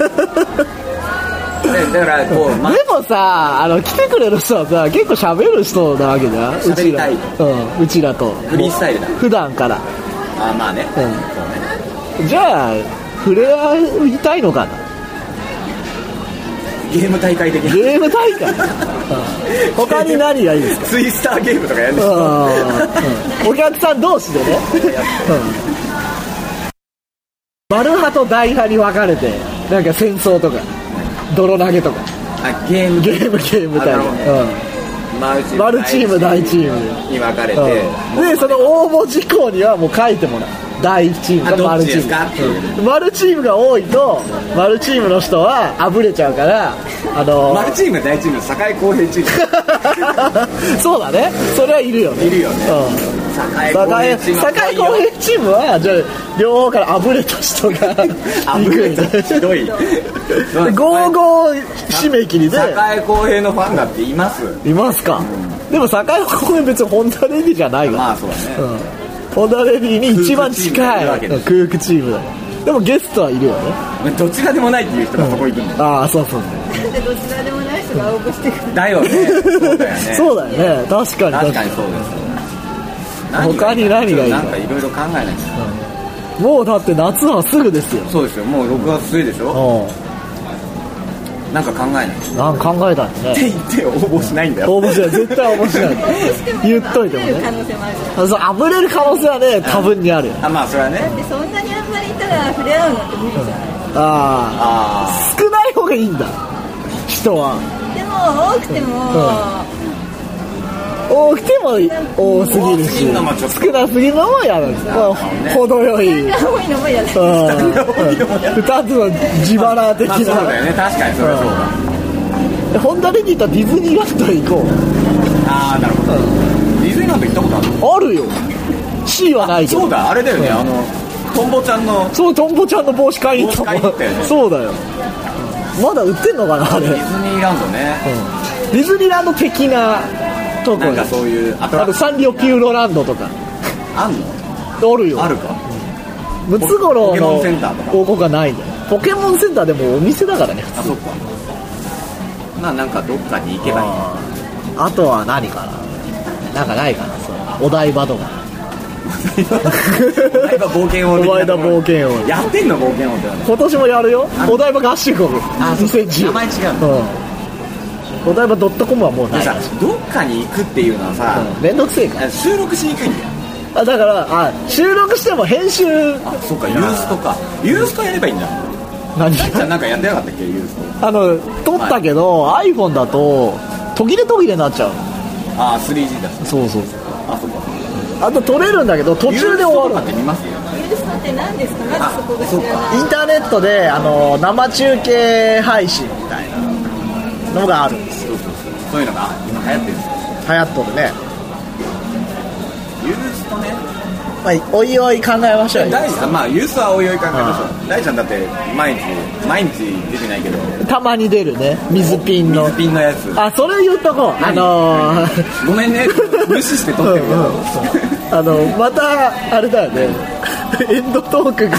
B: でだからこう、まあ
A: で、もさあの来てくれる人はさ結構喋る人なわけじゃんう
B: 喋
A: ち
B: り
A: ら
B: たい
A: うんうちらと
B: フリースタイルだ
A: 普段から
B: あまあね、
A: うん
B: そうね
A: じゃあ触れ合いたいのかな
B: ゲーム大会的な
A: ゲーム大会 他に何がいいですか
B: ツイスターゲームとかやるんですよ
A: お客さん同士でね、マルハと大ハに分かれてなんか戦争とか泥投げとか
B: あゲーム
A: ゲームゲーム大
B: あなるほ
A: 会、
B: マルチ
A: マルチーム大チーム
B: に分かれて、
A: うんうんでその応募事項にはもう書いてもらう大チーム
B: あ
A: と
B: ど
A: マ
B: っ
A: ル
B: ち
A: チ
B: ですか
A: ー
B: っ
A: ム
B: ていう
A: マルチームが多いとマルチームの人はあぶれちゃうからあの
B: マルチーム大チーム坂井公平チーム
A: そうだねそれはいるよね
B: いるよね
A: うん
B: 坂井公
A: 栄
B: 平チーム
A: 栄公平チームはじゃあ両方からあぶれた人が
B: あ
A: 行
B: ぶ
A: く
B: れ
A: ん
B: た
A: だ
B: ひどい
A: 55締め切りで
B: 坂井公平のファンだっています
A: いますかでも栄公平別にホンダレディじゃないから
B: まあそうだね、
A: うんホンダレディに一番近
B: 空
A: い
B: 腹チームがいるわけです
A: 空腹チームだよでもゲストはいるよね
B: どちらでもないっていう人がそこ行くんだよ、
A: ああそうそうそう
E: なんでどちらでもない人が応募してくる
B: だ よねそうだよね
A: そうだよね確か
B: 確
A: に
B: かにそうです
A: 他に何がいいの
B: なんかいろいろ考えないと
A: もうだって夏はすぐですよ
B: そうですよもう6月末でしょ
A: う
B: なんか考えないっ
A: んなんか考えたんだね
B: て言って応募しないんだよ
A: 応募しない絶対応募しない
E: 応募しても
A: 言っといてもね
E: 会える可能性もある
A: あそうあぶれる可能性はね多分にあるよ
B: あまあそれはね
E: でそんなにあんまりいたら触れ合うのって無理じゃない
A: あ
B: あ
A: あ少ない方がいいんだ人は
E: でも多くても、
A: 多くても多すぎる
B: 多すぎ
A: し
B: るのもちょっと
A: 少なすぎるのも嫌だし、まあ、程よい、うん、
E: 多いのも嫌だ
A: 2つの自腹的
B: まあそうだよ
A: な
B: ね確かにそれはそうだ
A: ホンダレディとディズニーランド行こ
B: ああなるほどディズニーランド行ったことある
A: うあるよ C はないけど
B: そうだあれだよねあのトンボちゃんの
A: そうトンボちゃんの帽子買いに行ったも
B: 帽子買いに行
A: ん
B: ったよね
A: そうだよまだ売ってんのかなあれ、
B: デ
A: うん
B: ィズニーランドね
A: ディズニーランド的なとこ
B: なん
A: よ
B: かそういうアト
A: あ
B: ラ
A: と
B: クション
A: サンリオピューロランドとか
B: あんの
A: あるよ
B: あるか
A: ムツゴロ
B: ポ
A: ウの
B: ケモンセンターとか
A: 王国がないんだよポケモンセンターでもお店だからね
B: あそっかまあなんかどっかに行けばいい
A: あとは何かななんかないかなそうお台場とか
B: お前が冒険王的な
A: お前だ冒険王
B: やってんの冒険王って
A: 今年もやるよお台場合宿国
B: あそう
A: 2010
B: 名前違う
A: うんお台場ドットコムはもうない
B: さどっかに行くっていうのはさ、
A: うん面倒くせえから
B: 収録しにくいんだよ
A: あだからあ収録しても編集
B: あそうかユーストかユーストやればいいんだ
A: 何
B: じ ゃあなんかやってなかったっけユースト
A: あの撮ったけど、iPhone だと途切れ途切れになっちゃう
B: ああ 3G だ
A: そうそう
B: あそうか
A: あと撮れるんだけど途中
B: ユ
A: で終わ
B: ーストとかっ
A: る
B: て見ますよ
E: ユーストって何ですかまずそこが知らない
A: インターネットであの生中継配信みたいなのがあるんですよ
B: そういうのが今流行ってるんですよ
A: 流行っとるね
B: ユーストね
A: まあ、おいおい考えましょうよ
B: 大ちゃんまあユーストはおいおい考えましょう大ちゃんだって毎日毎日出てないけど
A: たまに出るね水ピンの
B: 水ピンのやつ
A: あそれ言うとこうあのー
B: ごめんね無視して撮ってるけど
A: うんうんあのまたあれだよねエンドトークが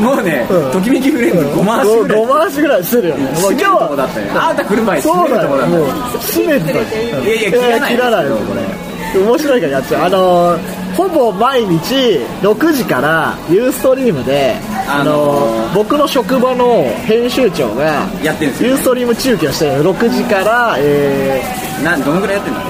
B: もうね、
A: うん
B: ときめきフレンズ5回しぐらい
A: ごご回しぐらいするよねもう
B: 締めるとこだったよあなた来る前
A: そ
B: 締
A: う
B: めると
A: だよ
B: こだった
A: もう
B: よ
A: 締めてたよ
B: いやいや切らない
A: 切らないよこれ面白いからやっちゃうあのーほぼ毎日6時からユーストリームで、あ
B: あ
A: の
B: のー
A: ー僕の職場の編集長が
B: やってんですよ
A: ユーストリーム中継をしてるの6時から、えー、
B: などのぐらいやってんの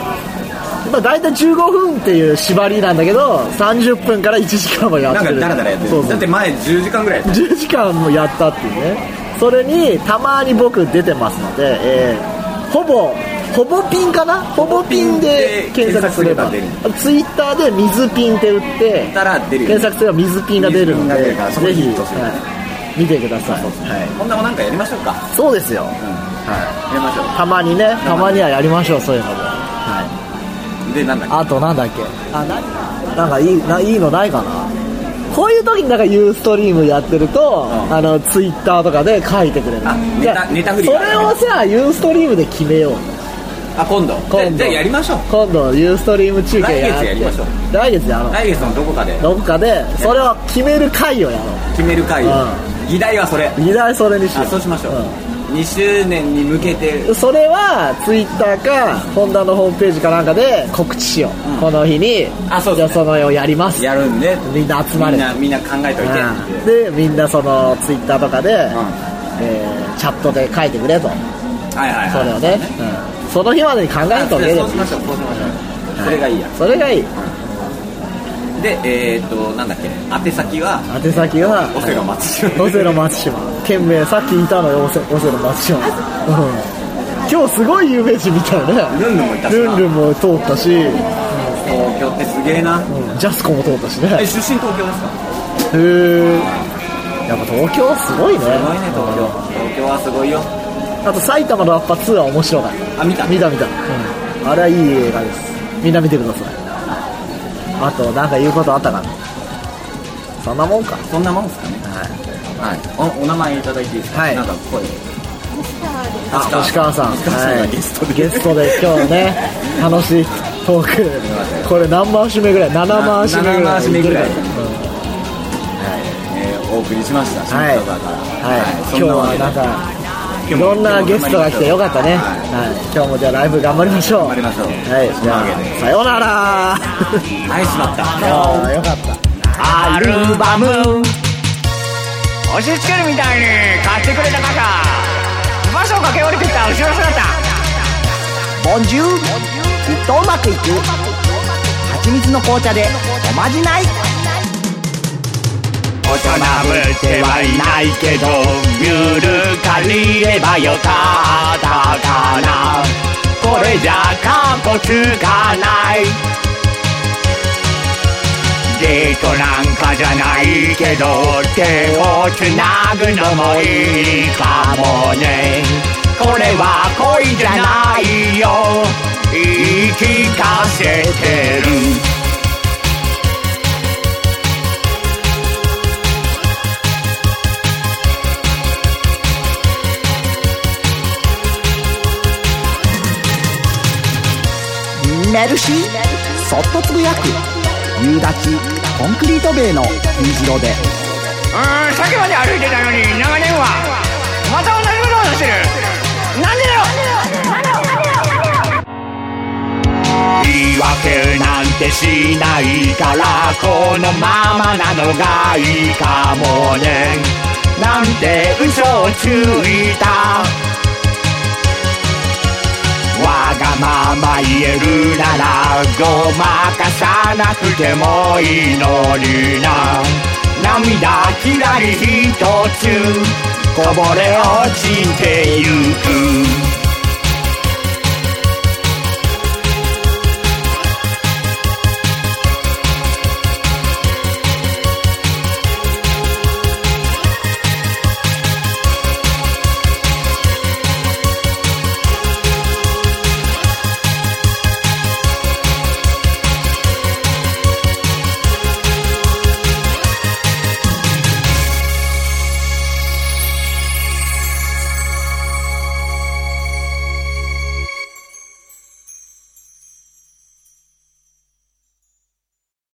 A: まあ、大体15分っていう縛りなんだけど30分から1時間もや
B: な
A: っ
B: ん
A: て
B: か
A: る
B: ダラダラやってる
A: そうそう
B: だって前10時間ぐらいやって
A: 10時間もやったっていうねそれにたまに僕出てますので、えーほぼほぼピンかなほぼピンで検索すれば
B: 検索
A: ツイッターで水ピンって打って
B: たら出るよ、
A: 検索すれば水ピンが出るので
B: 水ピンが出るからそこ
A: ぜ
B: にヒ
A: ひ、
B: ットする
A: はい見てくださいはい、
B: こんなもんなんかやりましょうか、
A: そうですよ、
B: はい、やりましょ
A: たまにねたまにはやりましょうそういうので、はいう
B: でなんだっ
A: あとなんだっけあななんかいいないいのないかなこういう時になんかユーストリームやってると、
B: ん
A: あのツイッターとかで書いてくれる
B: あネタ
A: で
B: ネタ振り
A: それをさユーストリームで決めよう
B: けあ今度じゃ
A: 今度
B: じゃあやりましょう
A: 今度ユーストリーム中継やっ
B: 来月
A: て
B: やりましょう
A: 来月やろう
B: 来月のどこかで
A: どっかでそれを決める会をやろ
B: 決める会を
A: う
B: 議題はそれ
A: う議題それにしよ
B: あ
A: う
B: そうしましょう、
A: ん
B: 2周年に向けて
A: それはツイッターかホンダのホームページかなんかで告知しよう、
B: うん
A: この日に
B: あそう
A: じゃ
B: です
A: あそ
B: ね
A: の絵をやります
B: やるんで
A: みんな集まれ
B: みんなみんな考えといてって
A: でみんなそのツイッターとかで、えーチャットで書いてくれと
B: はいはいはい
A: それをね、その日までに考え
B: あ
A: ると
B: そう
A: ねれ
B: そうしましょうそうしましょう、それがいいや
A: それがいい
B: でえー、っとなんだっけ宛先は
A: 宛先は
B: オセロ松島
A: オセロ松島県名さっき言ったのよオセオセロ松島、うん、今日すごい有名人みたいね
B: ルンルンもいたしな
A: ルンルンも通ったし、うん
B: 東京ってすげえな
A: ジャスコも通ったしね
B: え出身東京ですか
A: へえやっぱ東京すごいね
B: すごいね東京東京はすごいよ
A: あと埼玉のラッパ2は面白かった
B: あ見た
A: 見た見た、あれはいい映画ですみんな見てくださいあとなんか言うことあったかなそんなもんか
B: そんなもんですかねはいおお名前いただいていいですか
A: はい
B: なんか声
A: あ
B: 星川
A: 星川さん
B: 星川さんが
A: はい
B: ゲストで
A: ゲストで今日ね楽しいトークこれ何回し目ぐらい7回し目ぐらい
B: な7回し目ぐらい
A: うん
B: えーお送りしました下
A: はい
B: 北沢から
A: はい今
B: そ
A: 日
B: んなわ
A: は
B: けで
A: なんか
B: 今
A: い
B: 日も
A: ろんなゲストが来てよかったね、
B: はい
A: はい、今日もじゃあライブ頑張りましょう
B: 頑張りましょう
A: はいじゃ
B: そんなわけ
A: あ
B: で
A: さようなら
B: はいしまった
A: あーよかった
F: アルバム押し付けるみたいに買ってくれた傘場所を駆け下りてきた後ろ姿ボンジュールきっとうまくいく蜂蜜の紅茶でおまじない大人ぶってはいないけどミュール借りればよかったかなこれじゃカッコつかないデートなんかじゃないけど手をつなぐのもいいかもねこれは恋じゃないよ言い聞かせてる
G: メルシーそっとつぶやく夕立コンクリート塀の虹色で
F: うーんさっきまで歩いてたのに長年はまた同じことをしてるなんでだよ言い訳なんてしないからこのままなのがいいかもねなんて嘘をついたま言えるならごまかさなくてもいいのにな涙きらりひとつこぼれ落ちてゆく